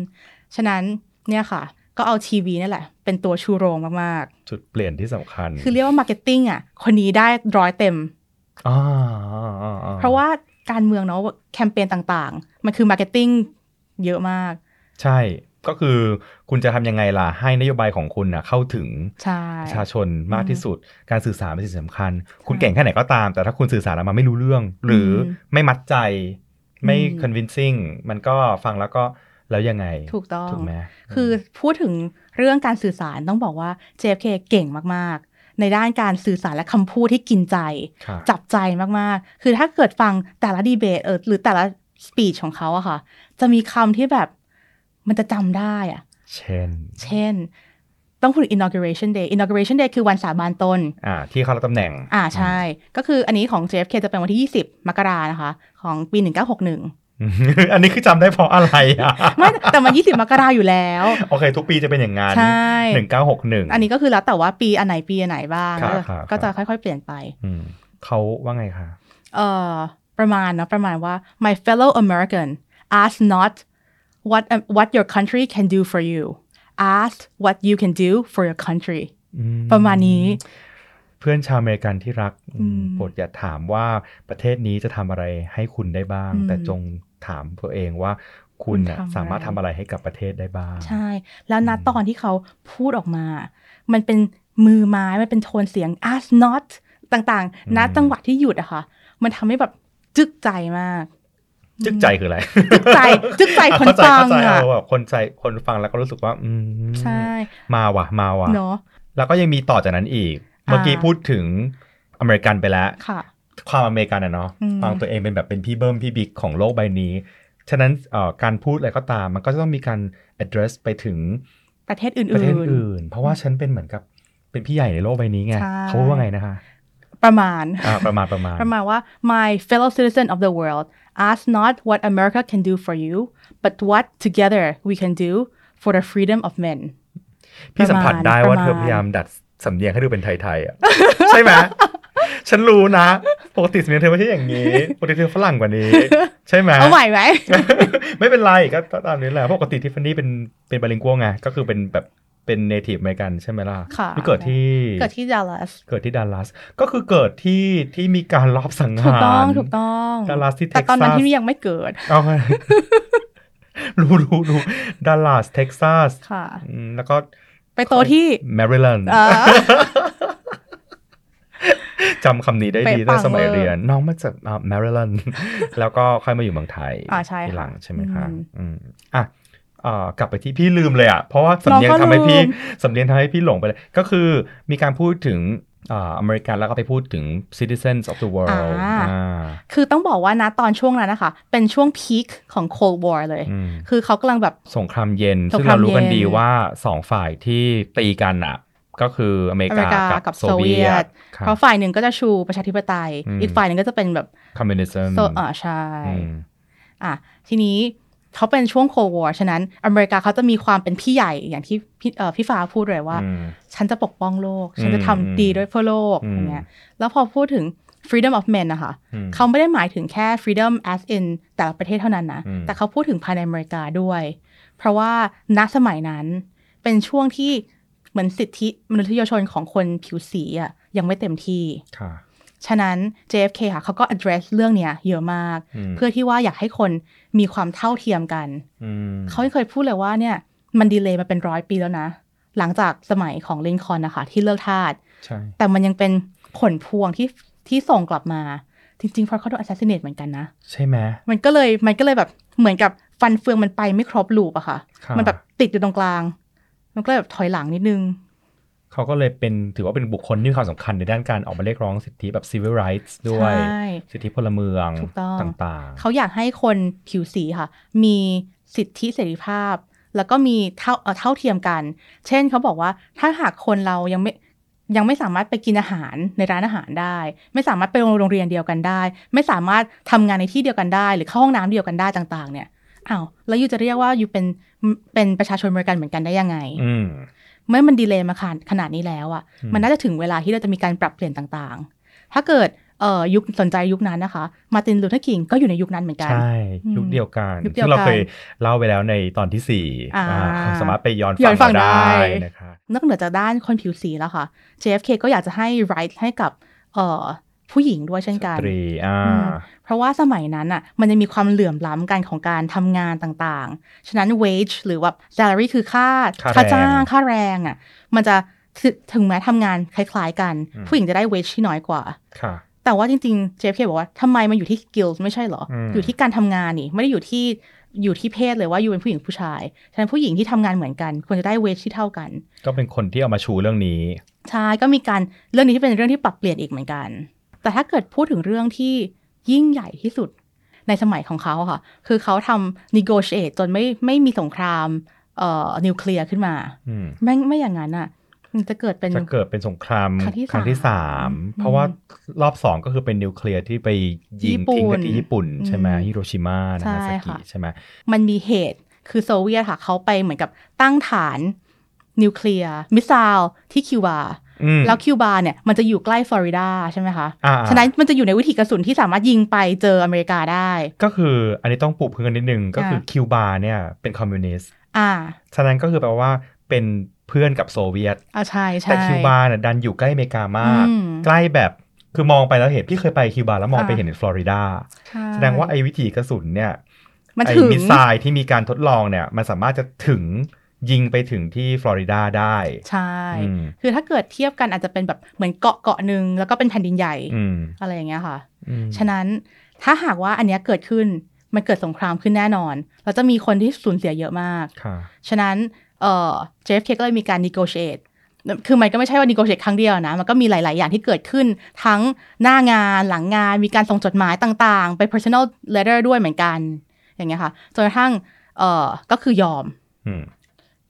Speaker 2: ฉะนั้นเนี่ยค่ะ ก็เอาทีวีนี่แหละ เป็นตัวชูโรงมาก
Speaker 1: จุดเปลี่ยนที่สำคัญ
Speaker 2: ๆ คือเรียกว่ามาร์เก็ตติ้งอ่ะคนนี้ได้ร้อยเต็ม
Speaker 1: อ่าอ่าอ่อ่
Speaker 2: เพราะว่าการเมืองเนาะแคมเปญต่างๆ มันคือมาร์เก็ตติ้งเยอะมาก
Speaker 1: ใช่ก็คือคุณจะทำยังไงล่ะ ให้นโยบายของคุณนะเข้าถึง
Speaker 2: ใช่
Speaker 1: ประชาชนมาก
Speaker 2: อืม
Speaker 1: ที่สุด การสื่อสารเป็นสิ่งสำคัญ คุณเก่งแค่ไหนก็ตาม แต่ถ้าคุณสื่อสารออกมาไม่รู้เรื่อง หรืออ
Speaker 2: ม
Speaker 1: ไม่มัดใจ ไม่
Speaker 2: อืม
Speaker 1: convincing มันก็ฟังแล้วก็แล้วยังไง
Speaker 2: ถูกต้อง
Speaker 1: ถูกไหม
Speaker 2: คือพูดถึงเรื่องการสื่อสารต้องบอกว่า JFK เก่งมากๆ ในด้านการสื่อสารและคำพูดที่กินใจ
Speaker 1: ค่ะ
Speaker 2: จับใจมากๆ คือถ้าเกิดฟังแต่ละดีเบตเออหรือแต่ละสปีชของเขาอะค่ะ จะมีคำที่แบบมันจะจำได้อะ
Speaker 1: เช่น
Speaker 2: เช่น ต้องพูดถึง inauguration day inauguration day คือวันสาบานตน
Speaker 1: อ่า ที่เขารับตำแหน่ง
Speaker 2: อ่าใช่ ก็คืออันนี้ของ JFK จะเป็นวันที่ 20 มกรานะคะ ของปี 1961
Speaker 1: อืม อันนี้คือจำได้เพราะอะไรอ่ะ
Speaker 2: ไม่แต่มัน 20 มกราอยู่แล้ว
Speaker 1: โอเค ทุกปีจะเป็นอย่างงาน
Speaker 2: ใช่
Speaker 1: หนึ่งเก้าหกหนึ่ง
Speaker 2: อันนี้ก็คือแล้วแต่ว่าปีอันไหนปีอันไหนบ้าง
Speaker 1: ครับ
Speaker 2: ก็
Speaker 1: ครับ
Speaker 2: จะก็จะค่อยๆ เปลี่ยนไป
Speaker 1: เขาว่าไงคะ
Speaker 2: เอ่อประมาณนะประมาณว่า my fellow American ask not what what your country can do for you ask what you can do for your country
Speaker 1: อืม
Speaker 2: ประมาณนี้
Speaker 1: เพื่อนชาวอเมริกันที่รักอืม
Speaker 2: อืม
Speaker 1: โปรดอย่าถามว่าประเทศนี้จะทำอะไรให้คุณได้บ้าง
Speaker 2: อืม
Speaker 1: แต่จงถามตัวเองว่า คุณน่ะ
Speaker 2: คุณทำอะไร
Speaker 1: สามารถทำอะไรให้กับประเทศได้บ้าง
Speaker 2: ใช่ แล้วณ
Speaker 1: อืม
Speaker 2: ตอนที่เขาพูดออกมา มันเป็นมือไม้ มันเป็นโทนเสียง as not ต่างๆ ณจังหวะที่หยุดอะค่ะ มันทำให้แบบจึกใจมาก
Speaker 1: จึกใจคืออะไร
Speaker 2: จึกใจ จึกใจคน
Speaker 1: เข้า
Speaker 2: ฟัง
Speaker 1: เข้าใจ
Speaker 2: อะ
Speaker 1: เแบบคนใจคนฟังแล้วก็รู้สึกว่า อืม
Speaker 2: ใช่
Speaker 1: มาว่ะมาว่ะ
Speaker 2: เนาะ
Speaker 1: แล้วก็ยังมีต่อจากนั้นอีก เมื่อกี้
Speaker 2: อ่า
Speaker 1: พูดถึงอเมริกันไปแล้ว
Speaker 2: ค่ะ
Speaker 1: ความอเมริกันอะเนาะ
Speaker 2: อืม
Speaker 1: ฟังตัวเองเป็นแบบเป็นพี่เบิ้มพี่บิ๊กของโลกใบนี้ ฉะนั้นเอ่อการพูดอะไรก็ตาม มันก็จะต้องมีการ address ไปถึง
Speaker 2: ประเทศอ
Speaker 1: ประเทศ
Speaker 2: ื่น
Speaker 1: อื่น เพราะว่าฉันเป็นเหมือนกับเป็นพี่ใหญ่ในโลกใบนี้ไง
Speaker 2: ใช่
Speaker 1: เขาพูดว่าไงนะคะ
Speaker 2: ๆ ประมาณ
Speaker 1: อ่าประมาณประมาณ
Speaker 2: ประมาณว่า my fellow citizen of the world ask not what America can do for you but what together we can do for the freedom of men
Speaker 1: พี่สัมผัสได้ว่าเธอ
Speaker 2: ประมาณ
Speaker 1: พยายามดัดสำเนียงให้ดูเป็นไทยๆอ่ะ ใช่ไหมฉันรู้นะปกติสำเนียงเธอไม่ใช่อย่างนี้ปกติเธอฝรั่งกว่านี้ ใช่ไหม
Speaker 2: เอาใหม่ไหม
Speaker 1: ไม่เป็นไรก็ตามนี้แหละเพราะปกติทิฟฟานี่เป็นเป็นบาลิงกัวไงก็คือเป็นแบบเป็นเนทีฟอเมริกันใช่ไหมล่ะ
Speaker 2: ค่ะ
Speaker 1: นี่เกิดที่
Speaker 2: เกิดที่ดัลลัส
Speaker 1: เกิดที่ดัลลัสก็คือเกิดที่ที่มีการรอบสังหาร
Speaker 2: ถูกต้องถูกต้อง
Speaker 1: ดัลลัสที่เท็
Speaker 2: แต่
Speaker 1: กซัส
Speaker 2: ตอนนั้นที่ยังไม่เกิด
Speaker 1: เอาไง รู้รู้รู้ดัลลัสเท็กซัส
Speaker 2: ค่ะ
Speaker 1: อืมแล้วก็
Speaker 2: ไปโตที่
Speaker 1: แมริแลนด์
Speaker 2: เอ่ อ
Speaker 1: จำคำนี้ได้ดี
Speaker 2: เป๊ะปั
Speaker 1: ตั้ง
Speaker 2: ง
Speaker 1: แต่สมัย
Speaker 2: เวอร์
Speaker 1: เรียน น้องมาจากแมริแล นด์ แล้วก็ค่อยมาอยู่เมืองไทย
Speaker 2: อ่าใช่
Speaker 1: ทีหลัง
Speaker 2: ค่ะ
Speaker 1: ใช่ไหมคะ
Speaker 2: อืม
Speaker 1: อืมอ่ะ เอ่อกลับไปที่พี่ลืมเลยอ่ะ เพราะว่าสำเนียง
Speaker 2: เราก็
Speaker 1: ทำให้พี่
Speaker 2: ลืม
Speaker 1: สำเนียงทำให้พี่หลงไปเลย ก็คือมีการพูดถึงเอ่ออเมริกันแล้วก็ไปพูดถึง citizens of the world อ่า
Speaker 2: คือต้องบอกว่านะตอนช่วงนั้นนะคะ เป็นช่วงพีคของ Cold War เลย
Speaker 1: อืม
Speaker 2: คือเขากำลังแบบ
Speaker 1: สงครามเย็น
Speaker 2: สง
Speaker 1: ซึ่ง
Speaker 2: ครา
Speaker 1: เรา
Speaker 2: มเย็น
Speaker 1: รู้กันดีว่าสองฝ่ายที่ตีกันอ่ะ ก็คืออเมริ
Speaker 2: อเม
Speaker 1: กาก
Speaker 2: ริา
Speaker 1: กั
Speaker 2: กั
Speaker 1: บบ โซ
Speaker 2: โซ
Speaker 1: เวี
Speaker 2: เวี
Speaker 1: ย
Speaker 2: ย
Speaker 1: ต
Speaker 2: ต
Speaker 1: ครับ
Speaker 2: เพราะฝ่ายหนึ่งก็จะชูประชาธิปไตย
Speaker 1: อืม
Speaker 2: อีกฝ่ายหนึ่งก็จะเป็นแบบ
Speaker 1: communism
Speaker 2: โซอ่าใช่
Speaker 1: อืม
Speaker 2: อ่ะทีนี้เขาเป็นช่วง Cold War ฉะนั้นอเมริกาเขาจะมีความเป็นพี่ใหญ่อย่างที่พี่เอ่อพี่ฟ้าพูดเลยว่า
Speaker 1: อืม
Speaker 2: ฉันจะปกป้องโลก ฉันจะ
Speaker 1: อืม
Speaker 2: ทำดีด้วยเพื่อโลก
Speaker 1: อืม
Speaker 2: อย่างเงี้ยแล้วพอพูดถึง freedom of men นะคะ
Speaker 1: อืม
Speaker 2: เขาไม่ได้หมายถึงแค่ freedom as in แต่ละประเทศเท่านั้นนะ
Speaker 1: อืม
Speaker 2: แต่เขาพูดถึงภายในอเมริกาด้วย เพราะว่าณสมัยนั้นเป็นช่วงที่เหมือนสิทธิมนุษยชนของคนผิวสีอะยังไม่เต็มที่
Speaker 1: ค่ะ
Speaker 2: ฉะนั้น JFK ค่ะเขาก็ address เรื่องเนี้ยเยอะมาก
Speaker 1: อืม
Speaker 2: เพื่อที่ว่าอยากให้คนมีความเท่าเทียมกัน
Speaker 1: อืม
Speaker 2: เขาเคยพูดเลยว่าเนี่ยมันดีเลย์มาเป็นร้อยปีแล้วนะ หลังจากสมัยของลินคอล์นนะคะ ที่เลิกทาส
Speaker 1: ใช่
Speaker 2: แต่มันยังเป็นผลพวงที่ที่ส่งกลับมา จริงๆเพราะเขาโดน assassinate เหมือนกันนะ
Speaker 1: ใช่ไหม
Speaker 2: มันก็เลยมันก็เลยแบบเหมือนกับฟันเฟืองมันไปไม่ครบลูปอะค่ะ
Speaker 1: ค่ะ
Speaker 2: มันแบบติดอยู่ตรงกลาง มันก็เลยแบบถอยหลังนิดนึง
Speaker 1: เขาก็เลยเป็นถือว่าเป็นบุคคลที่มีความสำคัญในด้านการออกมาเรียกร้องสิทธิแบบ civil rights ด้วย
Speaker 2: ใช่
Speaker 1: สิทธิพลเมือง
Speaker 2: ถูกต้อง
Speaker 1: ต่าง
Speaker 2: เขาอยากให้คนผิวสีค่ะ มีสิทธิเสรีภาพ แล้วก็มีเท่าเอ่อเท่าเทียมกัน เช่นเขาบอกว่าถ้าหากคนเรายังไม่ยังไม่สามารถไปกินอาหารในร้านอาหารได้ ไม่สามารถไปโรงเรียนเดียวกันได้ ไม่สามารถทำงานในที่เดียวกันได้ หรือเข้าห้องน้ำเดียวกันได้ต่าง ๆ เนี่ยอ้าวแล้วยูจะเรียกว่ายูเป็นเป็นประชาชนอเมริกันเหมือนกันได้ยังไง
Speaker 1: ๆ อืม
Speaker 2: เมื่อมันดีเลย์มาขนาดขนาดนี้แล้วอะ่ะ
Speaker 1: อืม
Speaker 2: มันน่าจะถึงเวลาที่เราจะมีการปรับเปลี่ยนต่างๆ ถ้าเกิดเอ่อยุคสนใจยุคนั้นนะคะ มาตินลูเทอร์กิงก็อยู่ในยุคนั้นเหมือนกัน
Speaker 1: ใช่
Speaker 2: อืม
Speaker 1: ยุคเดียวกัน
Speaker 2: ยุคเดียว
Speaker 1: ซึ่งเรา
Speaker 2: กัน
Speaker 1: เคยเล่าไปแล้วในตอนที่สี่
Speaker 2: อ่า
Speaker 1: อ่าสามารถไปย้อน
Speaker 2: ย้อนฟั
Speaker 1: ฟัง
Speaker 2: ง
Speaker 1: มาได้
Speaker 2: ได้
Speaker 1: นะคะ
Speaker 2: นอกเหนือจากด้านคนผิวสีแล้วค่ะ JFK ก็อยากจะให้ right ให้กับเอ่อผู้หญิงด้วยเช่นกัน
Speaker 1: ตรีอ่า
Speaker 2: อืม เพราะว่าสมัยนั้นอ่ะมันจะมีความเหลื่อมล้ำกันของการทำงานต่างๆ ฉะนั้น wage หรือว่า salary คือค่า
Speaker 1: ค่าแรง
Speaker 2: จ้างค่าแรงอ่ะมันจะถึถึงแม้ทำงานคล้ายๆ กัน
Speaker 1: อืม
Speaker 2: ผู้หญิงจะได้ wage ที่น้อยกว่า
Speaker 1: ค่ะ
Speaker 2: แต่ว่าจริงๆ JFK บอกว่าทำไมมันอยู่ที่ skills ไม่ใช่เหรอ
Speaker 1: อืม
Speaker 2: อยู่ที่การทำงานนี่ ไม่ได้อยู่ที่อยู่ที่เพศเลยว่าอยู่เป็นผู้หญิงผู้ชาย ฉะนั้นผู้หญิงที่ทำงานเหมือนกัน ควรจะได้เวทที่เท่ากัน
Speaker 1: ก็เป็นคนที่เอามาชูเรื่องนี้
Speaker 2: ชายก็มีการเรื่องนี้ที่เป็นเรื่องที่ปรับเปลี่ยนอีกเหมือนกัน แต่ถ้าเกิดพูดถึงเรื่องที่ยิ่งใหญ่ที่สุดในสมัยของเขาอะค่ะ คือเขาทำ negotiate จนไม่ไม่มีสงครามเอ่อนิวเคลียร์ขึ้นมา
Speaker 1: อืม
Speaker 2: ไม่ไม่อย่างนั้นอะมันจะเกิดเป็น
Speaker 1: จะเกิดเป็นสงคราม
Speaker 2: ครั้งที่
Speaker 1: ครั้งที่สาม
Speaker 2: อืม
Speaker 1: เพราะว่ารอบสองก็คือเป็นนิวเคลียร์ที่ไปยิง
Speaker 2: ญี่
Speaker 1: ทิ้
Speaker 2: ปุ่น
Speaker 1: งกันที่ญี่ปุ่น ใช่ไหม
Speaker 2: อืม
Speaker 1: ฮิโรชิมานา
Speaker 2: ใช่
Speaker 1: ซากิ
Speaker 2: ค่ะ
Speaker 1: ใช่ไหม
Speaker 2: มันมีเหตุคือโซเวียตค่ะ เขาไปเหมือนกับตั้งฐานนิวเคลียร์มิสไซล์ที่คิวบา
Speaker 1: อืม
Speaker 2: แล้วคิวบาเนี่ยมันจะอยู่ใกล้ฟลอริดาใช่ไหมคะ
Speaker 1: อ่า
Speaker 2: ฉะนั้นมันจะอยู่ในวิถีกระสุนที่สามารถยิงไปเจออเมริกาได้
Speaker 1: ก็คืออันนี้ต้องปลูกพื้นกันนิดนึงก็คือ
Speaker 2: ค่ะ
Speaker 1: คิวบาเนี่ยเป็นคอมมิวนิสต์
Speaker 2: อ่า
Speaker 1: ฉะนั้นก็คือแปลว่าเป็นเพื่อนกับโซเวียต
Speaker 2: อ่าใช่ใช่
Speaker 1: แต่คิวบาเนี่ยดันอยู่ใกล้อเมริกามาก
Speaker 2: อืม
Speaker 1: ใกล้แบบคือมองไปแล้วเห็นพี่เคยไปคิวบาแล้วมอง
Speaker 2: อ่า
Speaker 1: ไปเห็นในฟลอริดา
Speaker 2: ใช่
Speaker 1: แสดงว่าไอ้วิถีกระสุนเนี่ย
Speaker 2: มัน
Speaker 1: ไอ้
Speaker 2: ถึง
Speaker 1: มิสไซล์ที่มีการทดลองเนี่ย มันสามารถจะถึงยิงไปถึงที่ฟลอริดาได้
Speaker 2: ใช่
Speaker 1: อืม
Speaker 2: คือถ้าเกิดเทียบกันอาจจะเป็นแบบเหมือนเกาะเกาะหนึ่งแล้วก็เป็นแผ่นดินใหญ่
Speaker 1: อืม
Speaker 2: อะไรอย่างเงี้ยค่ะ
Speaker 1: อืม
Speaker 2: ฉะนั้นถ้าหากว่าอันเนี้ยเกิดขึ้นมันเกิดสงครามขึ้นแน่นอนแล้วจะมีคนที่สูญเสียเยอะมาก
Speaker 1: ค่ะ
Speaker 2: ฉะนั้นเอ่อ JFK ก็เลยมีการ negotiate คือมันก็ไม่ใช่ว่า negotiate ครั้งเดียวนะ มันก็มีหลาย ๆ อย่างที่เกิดขึ้นทั้งหน้างานหลังงานมีการส่งจดหมายต่าง ๆ ไป personal letter ด้วยเหมือนกัน อย่างเงี้ยค่ะจนกระทั่งเอ่อก็คือยอม
Speaker 1: อืม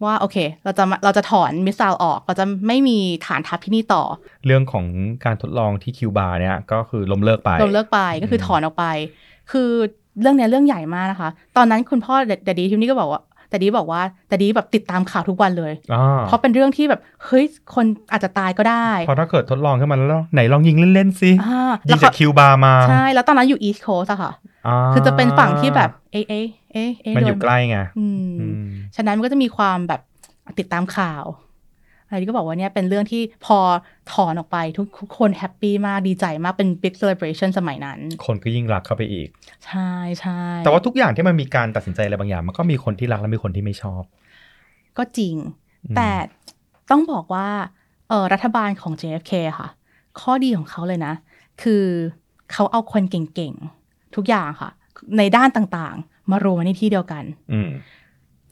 Speaker 2: ว่า โอเค เราจะมาเราจะถอนมิสไซล์ออก เราจะไม่มีฐานทัพที่นี่ต่อ
Speaker 1: เรื่องของการทดลองที่คิวบาเนี่ยก็คือล้มเลิกไป
Speaker 2: โดนเลิกไปก็คือ
Speaker 1: อืม
Speaker 2: ถอนออกไป คือเรื่องเนี้ยเรื่องใหญ่มากนะคะ ตอนนั้นคุณพ่อเดดดีทีมนี้ก็บอกว่าแต่ดีบอกว่าแต่ดีแบบติดตามข่าวทุกวันเลย
Speaker 1: อ่า
Speaker 2: เพราะเป็นเรื่องที่แบบเฮ้ยคนอาจจะตายก็ได้
Speaker 1: เพอถ้าเกิดทดลองขึ้นมาแล้วไหนลองยิงเล่นๆสิ
Speaker 2: อ่า
Speaker 1: ยิ
Speaker 2: แล้
Speaker 1: ง
Speaker 2: ว
Speaker 1: จา
Speaker 2: เขา
Speaker 1: กคิวบามา
Speaker 2: ใช่แล้วตอนนั้นอยู่ East Coast อะค่ะ
Speaker 1: า
Speaker 2: คือจะเป็นฝั่งที่แบบเอะเอะเอะเอะ
Speaker 1: มัน
Speaker 2: โด
Speaker 1: อยู่ใกล้ไง
Speaker 2: อืม
Speaker 1: อืม
Speaker 2: ฉะนั้นมันก็จะมีความแบบติดตามข่าวอะไรที่ก็บอกว่าเนี่ยเป็นเรื่องที่พอถอนออกไปทุกทุกคนแฮปปี้มากดีใจมากเป็น big celebration สมัยนั้น
Speaker 1: คนก็ยิ่งรักเข้าไปอีก
Speaker 2: ใช่ใช่
Speaker 1: แต่ว่าทุกอย่างที่มันมีการตัดสินใจอะไรบางอย่าง มันก็มีคนที่รักและมีคนที่ไม่ชอบ
Speaker 2: ก็จริง แต่ต้องบอกว่าเออรัฐบาลของ JFK ค่ะ ข้อดีของเขาเลยนะ คือเขาเอาคนเก่งๆ ทุกอย่างค่ะ ในด้านต่างๆ มารวมไว้ในที่เดียวกัน
Speaker 1: อืม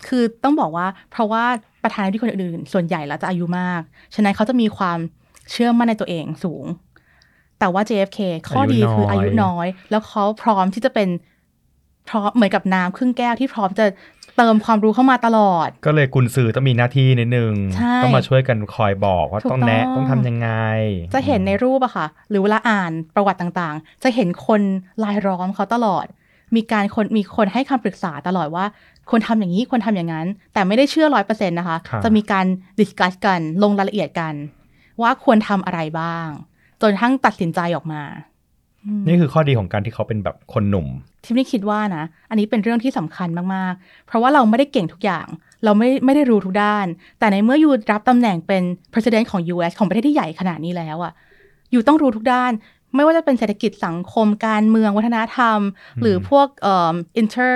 Speaker 2: คือต้องบอกว่าเพราะว่าประธานาธิบดีคนอื่นๆ ส่วนใหญ่แล้วจะอายุมาก ฉะนั้นเขาจะมีความเชื่อมั่นในตัวเองสูง แต่ว่า JFK ข้อดีคืออายุน้อย แล้วเขาพร้อมที่จะเป็นพร้อมเหมือนกับน้ำครึ่งแก้วที่พร้อมจะเติมความรู้เข้ามาตลอด
Speaker 1: ก็เลยกุนซือต้องมีหน้าที่นิดนึง
Speaker 2: ใช่
Speaker 1: ต้องมาช่วยกันคอยบอกว่า
Speaker 2: ถูก
Speaker 1: ต้องแนะ
Speaker 2: ต้
Speaker 1: ต้อ
Speaker 2: อง
Speaker 1: งทำยังไง
Speaker 2: จะเห็นในรูปอะค่ะ หรือเวลาอ่านประวัติต่างๆ จะเห็นคนลายล้อมเขาตลอด มีการคนมีคนให้คำปรึกษาตลอดว่าควรทำอย่างนี้ควรทำอย่างนั้น แต่ไม่ได้เชื่อร้อยเปอร์เซ็นต์นะคะ จะมีการดิสคัสกันลงรายละเอียดกัน ว่าควรทำอะไรบ้าง จนกระทั้งตัดสินใจออกมาอืม
Speaker 1: นี่คือข้อดีของการที่เขาเป็นแบบคนหนุ่ม
Speaker 2: ทิมนี่คิดว่านะ อันนี้เป็นเรื่องที่สำคัญมาก ๆ เพราะว่าเราไม่ได้เก่งทุกอย่าง เราไม่ไม่ได้รู้ทุกด้าน แต่ในเมื่ออยู่รับตำแหน่งเป็น president ของ US ของประเทศที่ใหญ่ขนาดนี้แล้วอะอยู่ต้องรู้ทุกด้าน ไม่ว่าจะเป็นเศรษฐกิจสังคมการเมืองวัฒนธรรม หรือพวกเอ่อ inter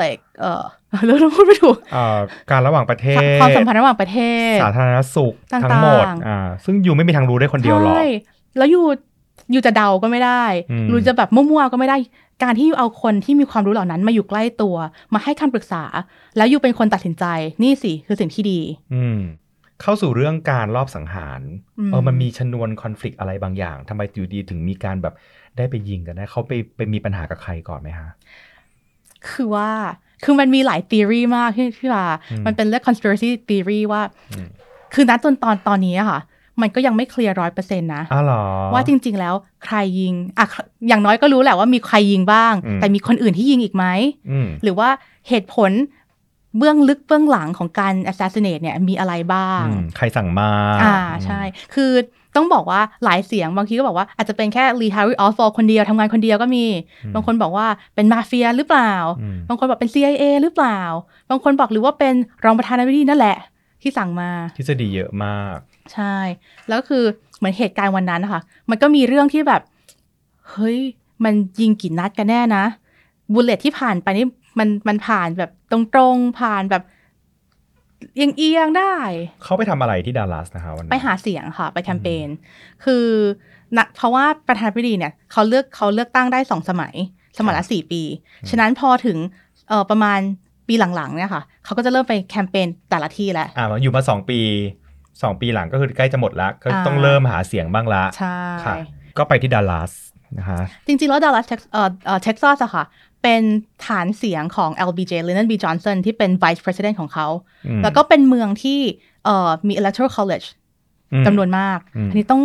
Speaker 2: like เอ่อ เรื่องพูดไม่ถูก
Speaker 1: เอ่อการระหว่างประเทศ
Speaker 2: ความสัมพันธ์ระหว่างประเทศ
Speaker 1: สาธารณสุข
Speaker 2: ต่างๆ
Speaker 1: ทั้งหมดอ่าซึ่งยูไม่มีทางรู้ได้คนเดียวหรอก
Speaker 2: ใช่แล้วอยู่อยู่จะเดาก็ไม่ได้
Speaker 1: อืม
Speaker 2: หรือจะแบบมั่วๆก็ไม่ได้ การที่อยู่เอาคนที่มีความรู้เหล่านั้นมาอยู่ใกล้ตัว มาให้คำปรึกษา แล้วอยู่เป็นคนตัดสินใจ นี่สิคือสิ่งที่ดี
Speaker 1: อืมเข้าสู่เรื่องการรอบสังหาร
Speaker 2: อืม
Speaker 1: เออมันมีชนวนคอน FLICT อะไรบางอย่างทำไมอยู่ดีถึงมีการแบบได้ไปยิงกันได้เขาไปไปมีปัญหากับใครก่อนไหมฮะ
Speaker 2: คือว่า คือมันมีหลายทฤษฎีมากที่พี่ว่า
Speaker 1: อืม
Speaker 2: มันเป็นเรื่อง conspiracy theory ว่า
Speaker 1: อืม
Speaker 2: คือณจนตอนตอนนี้อะค่ะ มันก็ยังไม่เคลียร์ร้อยเปอร์เซ็นต์นะ
Speaker 1: อ้าวเหรอ
Speaker 2: ว่าจริง ๆ แล้วใครยิงอ่ะอย่างน้อยก็รู้แหละว่ามีใครยิงบ้าง
Speaker 1: อืม
Speaker 2: แต่มีคนอื่นที่ยิงอีกไหม
Speaker 1: อืม
Speaker 2: หรือว่าเหตุผลเบื้องลึกเบื้องหลังของการ assassinate เนี่ยมีอะไรบ้าง
Speaker 1: อืมใครสั่งมา
Speaker 2: อ่าใช่ คือต้องบอกว่าหลายเสียงบางทีก็บอกว่าอาจจะเป็นแค่ Lee Harvey Oswald คนเดียวทำงานคนเดียวก็มี บางคนบอกว่าเป็นมาเฟียหรือเปล่า
Speaker 1: อืม
Speaker 2: บางคนบอกเป็น CIA หรือเปล่า บางคนบอกหรือว่าเป็นรองประธานาธิบดีนั่นแหละ ที่สั่งมา
Speaker 1: ทฤษฎีเยอะมาก
Speaker 2: ใช่ แล้วก็คือเหมือนเหตุการณ์วันนั้นนะคะมันก็มีเรื่องที่แบบ เฮ้ย มันยิงกี่นัดกันแน่นะ บุลเลตที่ผ่านไปนี่มันมันผ่านแบบตรงๆ ผ่านแบบเอียงเอียงๆได้
Speaker 1: เขาไปทำอะไรที่ดัลลัสนะคะวันนั้น
Speaker 2: ไปหาเสียงค่ะ ไปแคมเปญคือนะเพราะว่าประธานาธิบดีเนี่ยเขาเลือกเขาเลือกตั้งได้สองสมัย สมัยละสี่ปี ฉะนั้นพอถึงเอ่อประมาณปีหลังๆเนี่ยค่ะเขาก็จะเริ่มไปแคมเปญแต่ละที่แล้ว
Speaker 1: อ่าอยู่มาสองปีสองปีหลังก็คือใกล้จะหมดละก็
Speaker 2: อ่า
Speaker 1: ต้องเริ่มหาเสียงบ้างละ
Speaker 2: ใช่
Speaker 1: ค่ะ ก็ไปที่ดัลลัสนะคะ
Speaker 2: จริงๆ แล้วดัลลัสเท็กซ์เอ่อเอ่อเท็กซัสอะค่ะ เป็นฐานเสียงของ LBJ Lyndon B Johnson ที่เป็น Vice President ของเขา
Speaker 1: อืม
Speaker 2: แล้วก็เป็นเมืองที่เอ่อมี Electoral College
Speaker 1: อืม
Speaker 2: จำนวนมาก
Speaker 1: อืม
Speaker 2: อันนี้ต้อง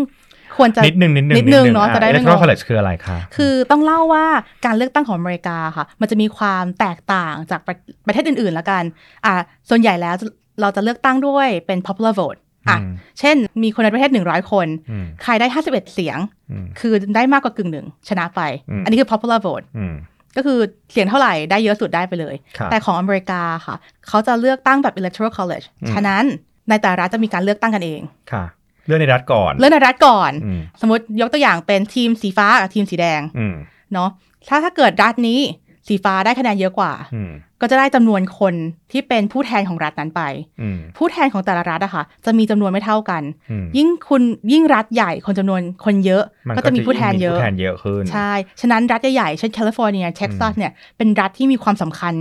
Speaker 2: ควรจะ
Speaker 1: นิดนึงนิดนึง
Speaker 2: นิดนึงเนอะจะได้ไม่
Speaker 1: เล็กทรอนิ
Speaker 2: งง
Speaker 1: คอลเลจคืออะไรคะ
Speaker 2: คือต้องเล่าว่าการเลือกตั้งของอเมริกาค่ะ มันจะมีความแตกต่างจากประประเทศอื่นๆละกันอ่าส่วนใหญ่แล้วจะเราจะเลือกตั้งด้วยเป็น popular vote อ่ะ
Speaker 1: ม
Speaker 2: เช่น มีคนในประเทศ 100 คน
Speaker 1: อืม
Speaker 2: ใครได้ 51 เสียง
Speaker 1: อืม
Speaker 2: คือได้มากกว่ากึ่งหนึ่งชนะไป
Speaker 1: อืม
Speaker 2: อันนี้คือ popular vote
Speaker 1: อืม
Speaker 2: ก็คือเสียงเท่าไหร่ได้เยอะสุดได้ไปเลย
Speaker 1: ค่ะ
Speaker 2: แต่ของอเมริกาค่ะ เขาจะเลือกตั้งแบบ electoral college
Speaker 1: อืม
Speaker 2: ฉะนั้นในแต่ละรัฐจะมีการเลือกตั้งกันเอง
Speaker 1: ค่ะ เรื่องในรัฐก่อน
Speaker 2: เลือกในรัฐก่อน
Speaker 1: อืม
Speaker 2: สมมติยกตัวอย่างเป็นทีมสีฟ้ากับทีมสีแดง
Speaker 1: อืม
Speaker 2: เนาะถ้าถ้าเกิดรัฐนี้ สีฟ้าได้คะแนนเยอะกว่า
Speaker 1: อืม
Speaker 2: ก็จะได้จำนวนคนที่เป็นผู้แทนของรัฐนั้นไป
Speaker 1: อืม
Speaker 2: ผู้แทนของแต่ละรัฐอะค่ะ จะมีจำนวนไม่เท่ากัน
Speaker 1: อืม
Speaker 2: ยิ่งคุณยิ่งรัฐใหญ่คนจำนวนคนเยอะ
Speaker 1: น
Speaker 2: ก็จะมีผู้แทนเย
Speaker 1: มี
Speaker 2: อะ
Speaker 1: ผู้แทนเยอะขึ้น
Speaker 2: ใช่ ฉะนั้นรัฐใหญ่ๆเช่นแคลิฟอร์เนียเท็กซัส
Speaker 1: อืม
Speaker 2: เนี่ยเป็นรัฐที่มีความสำคัญ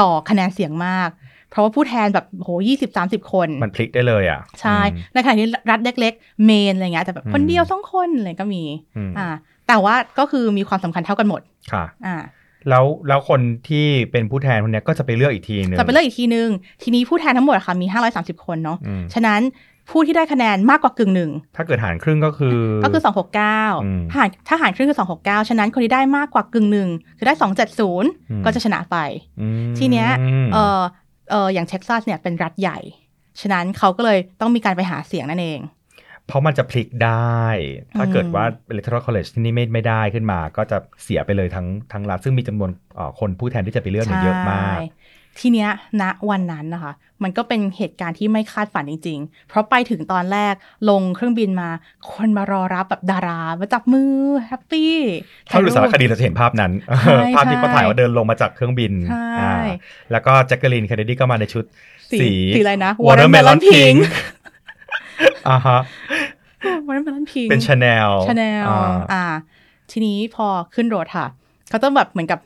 Speaker 2: ต่อคะแนนเสียงมาก เพราะว่าผู้แทนแบบโหยี่สิบสามสิบคน
Speaker 1: มันพลิกได้เลยอ่ะ
Speaker 2: ใช่ ในขณะที่รัฐเล็กๆ เมนอะไรเงี้ยแต่แบบ
Speaker 1: อืม
Speaker 2: คนเดียวสองคนอะไรก็มี
Speaker 1: อืมอื
Speaker 2: อ่าม แต่ว่าก็คือมีความสำคัญเท่ากันหมด
Speaker 1: ค่ะ
Speaker 2: อ่า
Speaker 1: แล้วแล้วคนที่เป็นผู้แทนคนเนี้ยก็จะไปเลือกอีกทีหนึง
Speaker 2: จะไปเลือกอีกทีนึง ทีนี้ผู้แทนทั้งหมดอะค่ะมี 530 คนเนาะ
Speaker 1: อืม
Speaker 2: ฉะนั้นผู้ที่ได้คะแนนมากกว่ากึ่งหนึ่ง
Speaker 1: ถ้าเกิดหารครึ่งก็คือ
Speaker 2: ก็คือ
Speaker 1: อืม
Speaker 2: 269หารถ้าหารครึ่งคือ 269 ฉะนั้นคนที่ได้มากกว่ากึ่งหนึ่งคือได้
Speaker 1: ม
Speaker 2: 270 ก็จะชนะไป
Speaker 1: อืม
Speaker 2: ทีเนี้ย เออเอออย่างเท็กซัสเนี่ยเป็นรัฐใหญ่ ฉะนั้นเขาก็เลยต้องมีการไปหาเสียงนั่นเอง
Speaker 1: เพราะมันจะพลิกได้ ถ้า
Speaker 2: อืม
Speaker 1: เกิดว่า electoral college ที่นี่ไม่ไม่ได้ขึ้นมา ก็จะเสียไปเลยทั้งทั้งรัฐซึ่งมีจำนวนเอ่อคนผู้แทนที่จะไปเลือกเนี่ยเยอะมาก
Speaker 2: ใช่ทีเนี้ยณวันนั้นนะคะ มันก็เป็นเหตุการณ์ที่ไม่คาดฝันจริง ๆ เพราะไปถึงตอนแรกลงเครื่องบินมา คนมารอรับแบบดารามาจับมือแฮปปี้
Speaker 1: ถ้าดูสารคดีเราจะเห็นภาพนั้น
Speaker 2: ใช่
Speaker 1: ภาพที่เขาถ่ายว่าเดินลงมาจากเครื่องบิน
Speaker 2: ใช่
Speaker 1: อ่าแล้วก็แจ็คเกอรีนเคนเนดีก็มาในชุด สี
Speaker 2: สีสีอะไรนะ
Speaker 1: watermelon
Speaker 2: Watermelon
Speaker 1: pink อ่าฮะ
Speaker 2: วอร์เมลอนพิง
Speaker 1: เป็นชาแนล
Speaker 2: ชาแนลอ่า ทีนี้พอขึ้นรถค่ะ เขาต้องแบบเหมือนกับ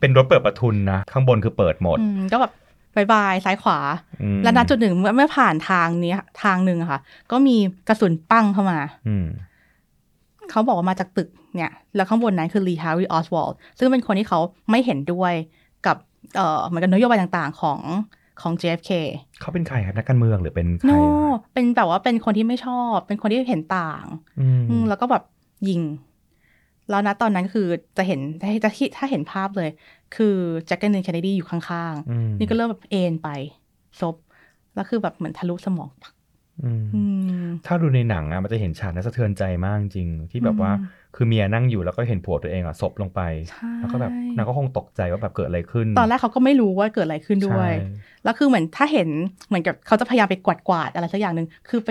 Speaker 1: เป็นรถเปิดประทุนนะ ข้างบนคือเปิดหมด
Speaker 2: อืมก็แบบบายบายซ้ายขวา
Speaker 1: อืม
Speaker 2: แล้วณจุดหนึ่งเมื่อเมื่อผ่านทางเนี้ยทางหนึ่งอะค่ะ ก็มีกระสุนปั้งเข้ามา
Speaker 1: อืม
Speaker 2: เขาบอกว่ามาจากตึกเนี่ย แล้วข้างบนนั้นคือลีฮาร์ r ีออสวอลซึ่งเป็นคนที่เขาไม่เห็นด้วยกับ เอ่อเหมือนกับนโยบายต่างๆของของ JFK
Speaker 1: เขาเป็นใครครับนักการเมืองหรือเป็นใคร
Speaker 2: โน no,
Speaker 1: อะ
Speaker 2: เป็นแบบว่าเป็นคนที่ไม่ชอบ เป็นคนที่เห็นต่าง
Speaker 1: อืม
Speaker 2: อืมแล้วก็แบบยิง แล้วนะตอนนั้นคือจะเห็นถ้าถ้าถ้าเห็นภาพเลย คือแจ็คเกอร์นินเคนเนดีอยู่ข้าง
Speaker 1: อืม
Speaker 2: ๆ นี่ก็เริ่มแบบเอ็นไปซบแล้วคือแบบเหมือนทะลุสมอง
Speaker 1: อืม
Speaker 2: อืม
Speaker 1: ถ้าดูในหนังอะมันจะเห็นฉากนั้นสะเทือนใจมากจริงๆที่แบบว่าคือเมียนั่งอยู่แล้วก็เห็นผัวตัวเองอะศพลงไป
Speaker 2: ใช่
Speaker 1: แล้วก็แบบนางก็คงตกใจว่าแบบเกิดอะไรขึ้น
Speaker 2: ตอนแรกเขาก็ไม่รู้ว่าเกิดอะไรขึ้นด้วย
Speaker 1: ใช่
Speaker 2: แล้วคือเหมือนถ้าเห็นเหมือนกับเขาจะพยายามไปกวาดกวาดๆอะไรสักอย่างหนึ่งคือไป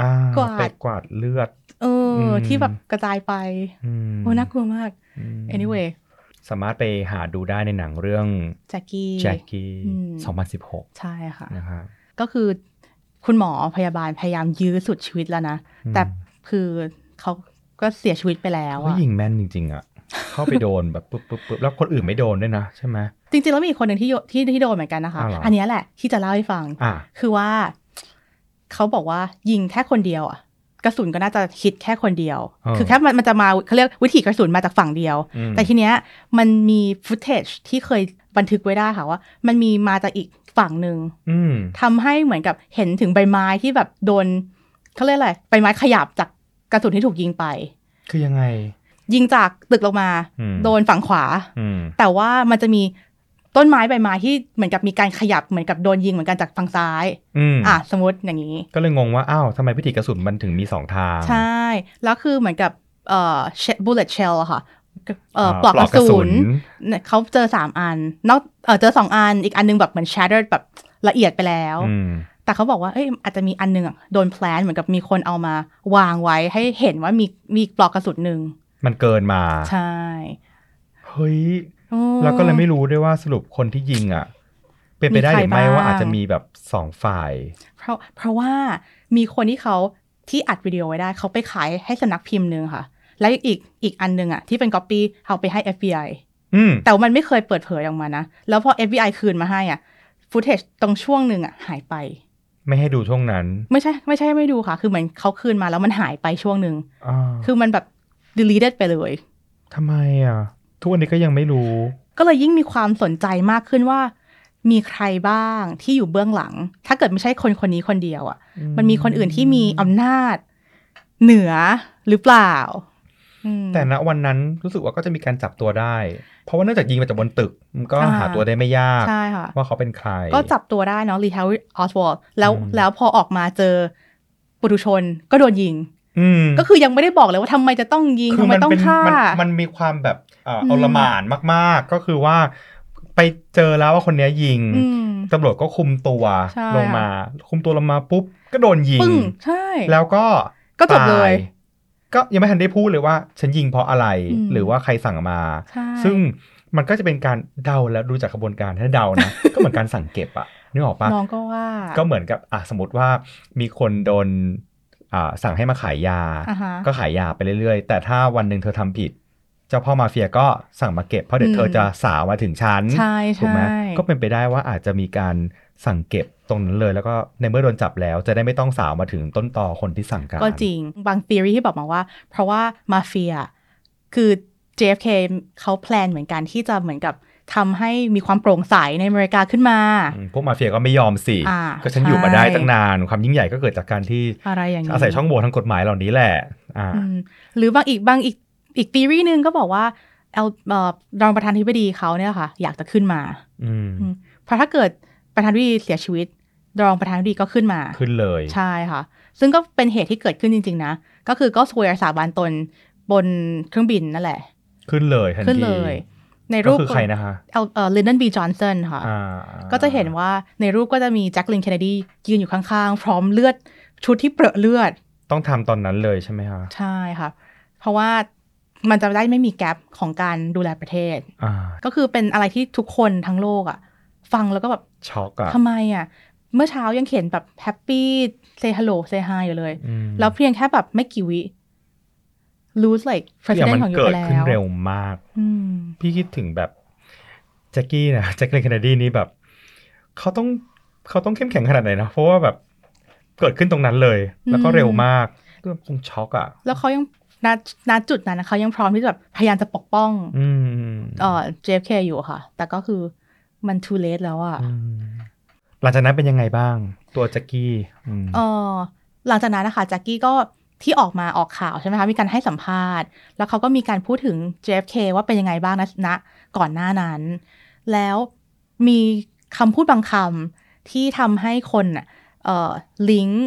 Speaker 1: อ่าก
Speaker 2: วาด
Speaker 1: ไปกวาดเลือด
Speaker 2: เอออ
Speaker 1: ม
Speaker 2: ที่แบบกระจายไป
Speaker 1: อืม
Speaker 2: โอ้น่ากลัวมาก
Speaker 1: อืม
Speaker 2: anyway
Speaker 1: สามารถไปหาดูได้ในหนังเรื่อง
Speaker 2: แจ็คกี้
Speaker 1: แจ็คกี้
Speaker 2: อืม
Speaker 1: 2016
Speaker 2: ใช่ค่ะ
Speaker 1: นะคะ
Speaker 2: ก็คือคุณหมอพยาบาลพยายามยื้อสุดชีวิตแล้วนะ
Speaker 1: อืม
Speaker 2: แต่คือเขาก็เสียชีวิตไปแล้ว
Speaker 1: เขา
Speaker 2: อะ
Speaker 1: ยิงแม่นจริงๆอะเข้าไปโดนแบบปุ๊บปุ๊บปุ๊บแล้วคนอื่นไม่โดนด้วยนะใช่ไหม
Speaker 2: จริงๆ แล้วมีอีกคนหนึ่งที่โยที่ที่โดนเหมือนกันนะคะ
Speaker 1: อ้าวเหรออั
Speaker 2: อันเนี้ยแหละที่จะเล่าให้ฟัง
Speaker 1: อ่ะ
Speaker 2: คือว่า เขาบอกว่ายิงแค่คนเดียวอะกระสุนก็น่าจะคิดแค่คนเดียว คือแค่มันมันจะมาเขาเรียกวิถีกระสุนมาจากฝั่งเดียว
Speaker 1: อืม
Speaker 2: แต่ทีเนี้ยมันมีฟุตเทจที่เคยบันทึกไว้ได้ค่ะว่า มันมีมาจากอีกฝั่งหนึ่ง
Speaker 1: อืม
Speaker 2: ทำให้เหมือนกับเห็นถึงใบไม้ที่แบบโดนเขาเรียกอะไรใบไม้ขยับจากกระสุนที่ถูกยิงไป
Speaker 1: คือยังไง
Speaker 2: ยิงจากตึกลงมา
Speaker 1: อืม
Speaker 2: โดนฝั่งขวา
Speaker 1: อืม
Speaker 2: แต่ว่ามันจะมีต้นไม้ใบไม้ที่เหมือนกับมีการขยับเหมือนกับโดนยิงเหมือนกันจากฝั่งซ้าย
Speaker 1: อืม
Speaker 2: อ่ะสมมติอย่างนี้
Speaker 1: ก็เลยงงว่าอ้าวทำไมพิธีกระสุนมันถึงมีสองทาง
Speaker 2: ใช่ แล้วคือเหมือนกับเอ่อ shell- bullet shell อะค่ะเอ่อปลอกกระสุนเนี่ยเขาเจอสามอันนอกเอ่อเจอสองอันอีกอันนึงแบบเหมือน shattered แบบละเอียดไปแล้ว
Speaker 1: อืม
Speaker 2: แต่เขาบอกว่า เอ้ย อาจจะมีอันหนึงอะโดนแพลนเหมือนกับมีคนเอามาวางไว้ให้เห็นว่ามีมีปลอกกระสุนหนึ่ง
Speaker 1: มันเกินมา
Speaker 2: ใช่
Speaker 1: เฮ้ย
Speaker 2: โอ้
Speaker 1: แล้วก็เลยไม่รู้ด้วยว่าสรุปคนที่ยิงอ่ะ เป็นไปได้หรือไม่
Speaker 2: มีใครบ้าง
Speaker 1: ว่าอาจจะมีแบบสองฝ่าย
Speaker 2: เพราะเพราะว่ามีคนที่เขาที่อัดวิดีโอไว้ได้เขาไปขายให้สำนักพิมพ์หนึ่งค่ะ แล้วอีกอีกอันหนึงอ่ะที่เป็นก๊อปปี้เอาไปให้ FBI
Speaker 1: อืม
Speaker 2: แต่ว่ามันไม่เคยเปิดเผยออกมานะ แล้วพอ FBI คืนมาให้อ่ะฟุตเทจตรงช่วงหนึ่งอ่ะหายไป
Speaker 1: ไม่ให้ดูช่วงนั้น
Speaker 2: ไม่ใช่ไม่ใช่ไม่ดูค่ะ คือเหมือนเขาคืนมาแล้วมันหายไปช่วงหนึ่ง
Speaker 1: อ่า
Speaker 2: คือมันแบบ deleted ไปเลย
Speaker 1: ทำไมอ่ะ ทุกวันนี้ก็ยังไม่รู้
Speaker 2: ก็เลยยิ่งมีความสนใจมากขึ้นว่า มีใครบ้างที่อยู่เบื้องหลัง ถ้าเกิดไม่ใช่คนคนนี้คนเดียวอะ่ะ มันมีคนอื่นที่มีอำนาจ เหนือหรือเปล่าอืม
Speaker 1: แต่ณวันนั้นรู้สึกว่าก็จะมีการจับตัวได้ เพราะว่าเนื่องจากยิงมาจากบนตึก มันก็
Speaker 2: อ่า
Speaker 1: หาตัวได้ไม่ยาก
Speaker 2: ใช่ค่ะ
Speaker 1: ว่าเขาเป็นใคร
Speaker 2: ก็จับตัวได้เนาะลีทาวิออสวอลแล้ว
Speaker 1: อืม
Speaker 2: แล้วพอออกมาเจอปุถุชนก็โดนยิง
Speaker 1: อืม
Speaker 2: ก็คือยังไม่ได้บอกเลยว่าทำไมจะต้องยิงทำไม
Speaker 1: มัน
Speaker 2: ต้อง
Speaker 1: เป็น
Speaker 2: ฆ่าม
Speaker 1: นมันมีความแบบเอ่ออ
Speaker 2: ม
Speaker 1: เอาละหมานมากๆ ก็คือว่า ไปเจอแล้วว่าคนเนี้ยยิง
Speaker 2: อืม
Speaker 1: ตำรวจก็คุมตัว
Speaker 2: ใช่
Speaker 1: ลงมา คุมตัวลงมาปุ๊บ ก็โดนยิ
Speaker 2: ปึ้ง ใช่
Speaker 1: แล้วก็
Speaker 2: ก็จบเลย
Speaker 1: ตาก็ยังไม่ทันได้พูดเลยว่า ฉันยิงเพราะอะไร
Speaker 2: อืม
Speaker 1: หรือว่าใครสั่งมา
Speaker 2: ใช่
Speaker 1: ซึ่ง มันก็จะเป็นการเดาแล้วดูจากกระบวนการถ้าเดานะ ก็เหมือนการสั่งเก็บอะนึกออกปะ
Speaker 2: น้องก็ว่า
Speaker 1: ก็เหมือนกับอ่ะสมมติว่ามีคนโดนอ่าสั่งให้มาขายยา
Speaker 2: อ่าฮะ
Speaker 1: ก็ขายยาไปเรื่อยๆ แต่ถ้าวันหนึ่งเธอทำผิด เจ้าพ่อมาเฟียก็สั่งมาเก็บ เพราะเดี๋ยว
Speaker 2: อืม
Speaker 1: เธอจะสาวมาถึงชั้น
Speaker 2: ใช่
Speaker 1: ถูก
Speaker 2: ใช่
Speaker 1: ไหมก็เป็นไปได้ว่าอาจจะมีการสั่งเก็บตรงนั้นเลย แล้วก็ในเมื่อโดนจับแล้ว จะได้ไม่ต้องสาวมาถึงต้นต่อคนที่สั่งการ
Speaker 2: ก็จริง บางท e o รีที่บอกมาว่า เพราะว่ามาเฟีย คือ JFK เขาแพลนเหมือนกันที่จะเหมือนกับทำให้มีความโปร่งใสในอเมริกาขึ้นมา
Speaker 1: อืมพวกมาเฟียก็ไม่ยอมสิ
Speaker 2: อ่า
Speaker 1: ก็ฉันอยู่มาได้
Speaker 2: ใช่
Speaker 1: ตั้งนาน ความยิ่งใหญ่ก็เกิดจากการที่
Speaker 2: อะไรอย่างนี้
Speaker 1: อาศัยช่องโหว่ทางกฎหมายเหล่านี้แหละอ่า
Speaker 2: อืมหรือบางอีกบางอีกอีกท e o รีหนึ่งก็บอกว่าเอลเอ่อรองประธานาธิบดีเขาเนี่ยค่ะ อยากจะขึ้นมา
Speaker 1: อืม
Speaker 2: อืม เพราะถ้าเกิดประธานาธิบดีเสียชีวิต รองประธานาธิบดีก็ขึ้นมา
Speaker 1: ขึ้นเลย
Speaker 2: ใช่ค่ะ ซึ่งก็เป็นเหตุที่เกิดขึ้นจริง ๆ นะ ก็คือก็สวยสาบานตนบนเครื่องบินนั่นแหละ
Speaker 1: ขึ้นเลยทัน
Speaker 2: ขึ้น
Speaker 1: ที
Speaker 2: เลย ใน
Speaker 1: ก็
Speaker 2: รูป
Speaker 1: คือใครนะคะ
Speaker 2: เอ่อลินดอนบีจอห์นสันค่ะ
Speaker 1: อ่า
Speaker 2: ก็จะเห็นว่าในรูปก็จะมีแจ็คลินเคนเนดียืนอยู่ข้างๆ พร้อมเลือดชุดที่เปรอะเลือด
Speaker 1: ต้องทำตอนนั้นเลยใช่ไหมคะ
Speaker 2: ใช่ค่ะ เพราะว่ามันจะได้ไม่มีแกลบของการดูแลประเทศ
Speaker 1: อ่า
Speaker 2: ก็คือเป็นอะไรที่ทุกคนทั้งโลกอะฟังแล้วก็แบบ
Speaker 1: ช็อกอะ
Speaker 2: ทำไมอะเมื่อเช้ายังเขียนแบบแฮปปี้เซฮัลโหลเซฮายอยู่เลย
Speaker 1: อืม
Speaker 2: แล้วเพียงแค่แบบไม่กี่วิ lose like
Speaker 1: ที่ย
Speaker 2: president
Speaker 1: มัน
Speaker 2: ของยู
Speaker 1: เกิ
Speaker 2: ไป
Speaker 1: ด
Speaker 2: แล้
Speaker 1: ขึ้น
Speaker 2: ว
Speaker 1: เร็วมาก
Speaker 2: อืม
Speaker 1: พี่คิดถึงแบบแจ็คกี้นะแจ็คเลนแคนาดีนี่แบบเขาต้องเขาต้องเข้มแข็งขนาดไหนนะเพราะว่าแบบเกิดขึ้นตรงนั้นเลย แล้วก็
Speaker 2: อืม
Speaker 1: เร็วมากก็คงช็อกอ่ะ
Speaker 2: แล้วเขายังณณจุดนั้นนะเขายังพร้อมที่จะแบบพยายามจะปกป้อง
Speaker 1: อืม
Speaker 2: เอ่อ JFK อยู่ค่ะ แต่ก็คือมัน too late แล้วอะ่ะ
Speaker 1: มหลังจากนั้นเป็นยังไงบ้าง ตัวแจ็คกี้อืม
Speaker 2: เออหลังจากนั้นนะคะแจ็กกี้ก็ที่ออกมาออกข่าวใช่ไหมคะ มีการให้สัมภาษณ์ แล้วเขาก็มีการพูดถึง JFK ว่าเป็นยังไงบ้างนะณก่อนหน้านั้น แล้วมีคำพูดบางคำที่ทำให้คนน่ะเอ่อลิงก์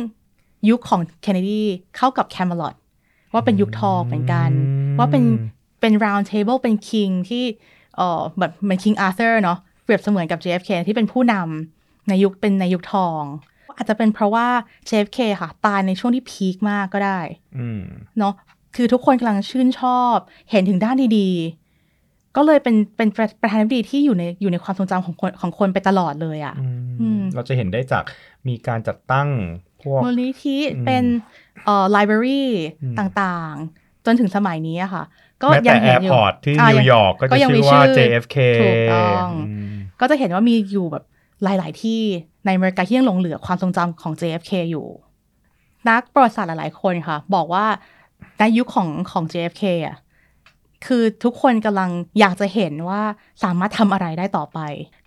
Speaker 2: ยุคของเคนเนดีเข้ากับแคม e l o t ว่าเป็นยุคทองเหมือนกัน ว่าเป็น เป็น round table เป็น king ที่เออแบบเหมือน king arthur เนาะเปรียบเสมือนกับ JFK ที่เป็นผู้นำในยุคเป็นในยุคทอง อาจจะเป็นเพราะว่า JFK ค่ะ ตายในช่วงที่พีคมากก็ได้
Speaker 1: อืม
Speaker 2: เนาะคือทุกคนกำลังชื่นชอบ เห็นถึงด้านดีๆ ก็เลยเป็นเป็นประประธานาธิบดีที่อยู่ในอยู่ในความทรงจำของคนของคนไปตลอดเลยอะ
Speaker 1: อืม
Speaker 2: อืม
Speaker 1: เราจะเห็นได้จากมีการจัดตั้งพวก
Speaker 2: มูลนิธิ
Speaker 1: อืม
Speaker 2: เป็นเอ่อ library
Speaker 1: อืม
Speaker 2: ต่างๆ จนถึงสมัยนี้อะค่ะ ก็
Speaker 1: แม้
Speaker 2: ยั
Speaker 1: แต่
Speaker 2: ง
Speaker 1: แอ
Speaker 2: เห็น
Speaker 1: ร์
Speaker 2: อ
Speaker 1: พ
Speaker 2: ยู่
Speaker 1: อร์ตที่
Speaker 2: อ่ะ
Speaker 1: นิ
Speaker 2: ยั
Speaker 1: ว
Speaker 2: ง
Speaker 1: ยอร์กก็
Speaker 2: ก็
Speaker 1: จะ
Speaker 2: ยัง
Speaker 1: ชื่
Speaker 2: มี
Speaker 1: อว่า
Speaker 2: ชื่อ
Speaker 1: JFK
Speaker 2: ถูกต้อง
Speaker 1: ม
Speaker 2: ก็จะเห็นว่ามีอยู่แบบหลาย ๆ ที่ในอเมริกาที่ยังหลงเหลือความทรงจำของ JFK อยู่ นักประวัติศาสตร์หลาย ๆ คนค่ะ บอกว่าในยุคของของ JFK อ่ะคือทุกคนกำลังอยากจะเห็นว่าสามารถทำอะไรได้ต่อไป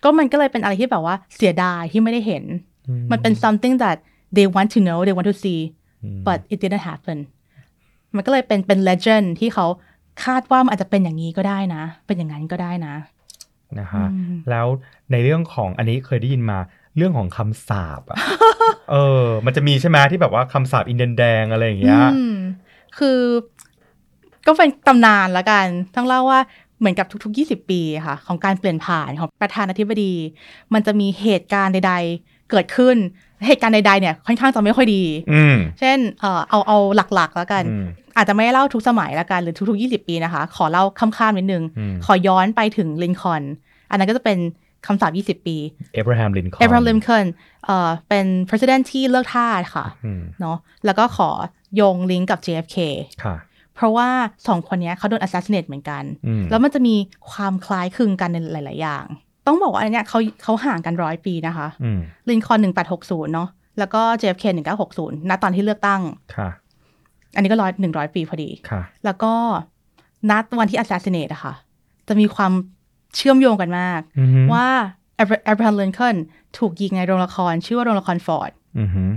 Speaker 2: ก็มันก็เลยเป็นอะไรที่แบบว่าเสียดายที่ไม่ได้เห็น มันเป็น something that they want to know they want to see
Speaker 1: อืม
Speaker 2: but it didn't happen มันก็เลยเป็นเป็น legend ที่เขาคาดว่ามันอาจจะเป็นอย่างนี้ก็ได้นะ เป็นอย่างนั้นก็ได้นะ
Speaker 1: นะ
Speaker 2: อื
Speaker 1: ฮะ
Speaker 2: ม
Speaker 1: แล้วในเรื่องของอันนี้เคยได้ยินมาเรื่องของคำสาบอะ เออ มันจะมีใช่ไหมที่แบบว่าคำสาบอินเดียนแดงอะไรอย่างเงี้ย
Speaker 2: อืมคือก็เป็นตำนานละกัน ต้องเล่าว่าเหมือนกับทุกๆ 20 ปีค่ะ ของการเปลี่ยนผ่านของประธานาธิบดี มันจะมีเหตุการณ์ใด ๆ เกิดขึ้น เหตุการณ์ใด ๆ เนี่ยค่อนข้างจะไม่ค่อยดี
Speaker 1: อืม
Speaker 2: เช่นเอ่อเอาเอาหลักๆแล้วกัน
Speaker 1: อืม
Speaker 2: อาจจะไม่ได้เล่าทุกสมัยละกัน หรือทุกๆ 20 ปีนะคะ ขอเล่าค้ำๆนิดนึง
Speaker 1: อืม
Speaker 2: ขอย้อนไปถึงลินคอล์นอันนั้นก็จะเป็นคำสาป20 ปี
Speaker 1: เอเบราฮัมลินคอล์น
Speaker 2: เอเบร l มลินคอล์นเอ่อเป็น president ที่เลิกทาสค่ะ
Speaker 1: อืม
Speaker 2: เนาะแล้วก็ขอโยงลิงก์กับ JFK
Speaker 1: ค่ะ
Speaker 2: เพราะว่าสองคนเนี้ยเขาโดน assassinate เหมือนกัน
Speaker 1: อืม
Speaker 2: แล้วมันจะมีความคล้ายคลึงกันในหลาย ๆ อย่าง ต้องบอกว่าอันเนี้ยเขาเขาห่างกันร้อยปีนะคะ
Speaker 1: อืม
Speaker 2: ลินคอล์น1860 เนาะแล้วก็ JFK 1960ณตอนที่เลือกตั้ง
Speaker 1: ค่ะ
Speaker 2: อันนี้ก็ร้อยหนึ่งร้อยปีพอดี
Speaker 1: ค่ะ
Speaker 2: แล้วก็นัดวันที่ assassinate อะค่ะ จะมีความเชื่อมโยงกันมาก
Speaker 1: อือหือ
Speaker 2: ว่าแอเบร l มลินคอล์นถูกยิงในโรงละคร ชื่อว่าโรงละครฟอร์ด
Speaker 1: อือหือ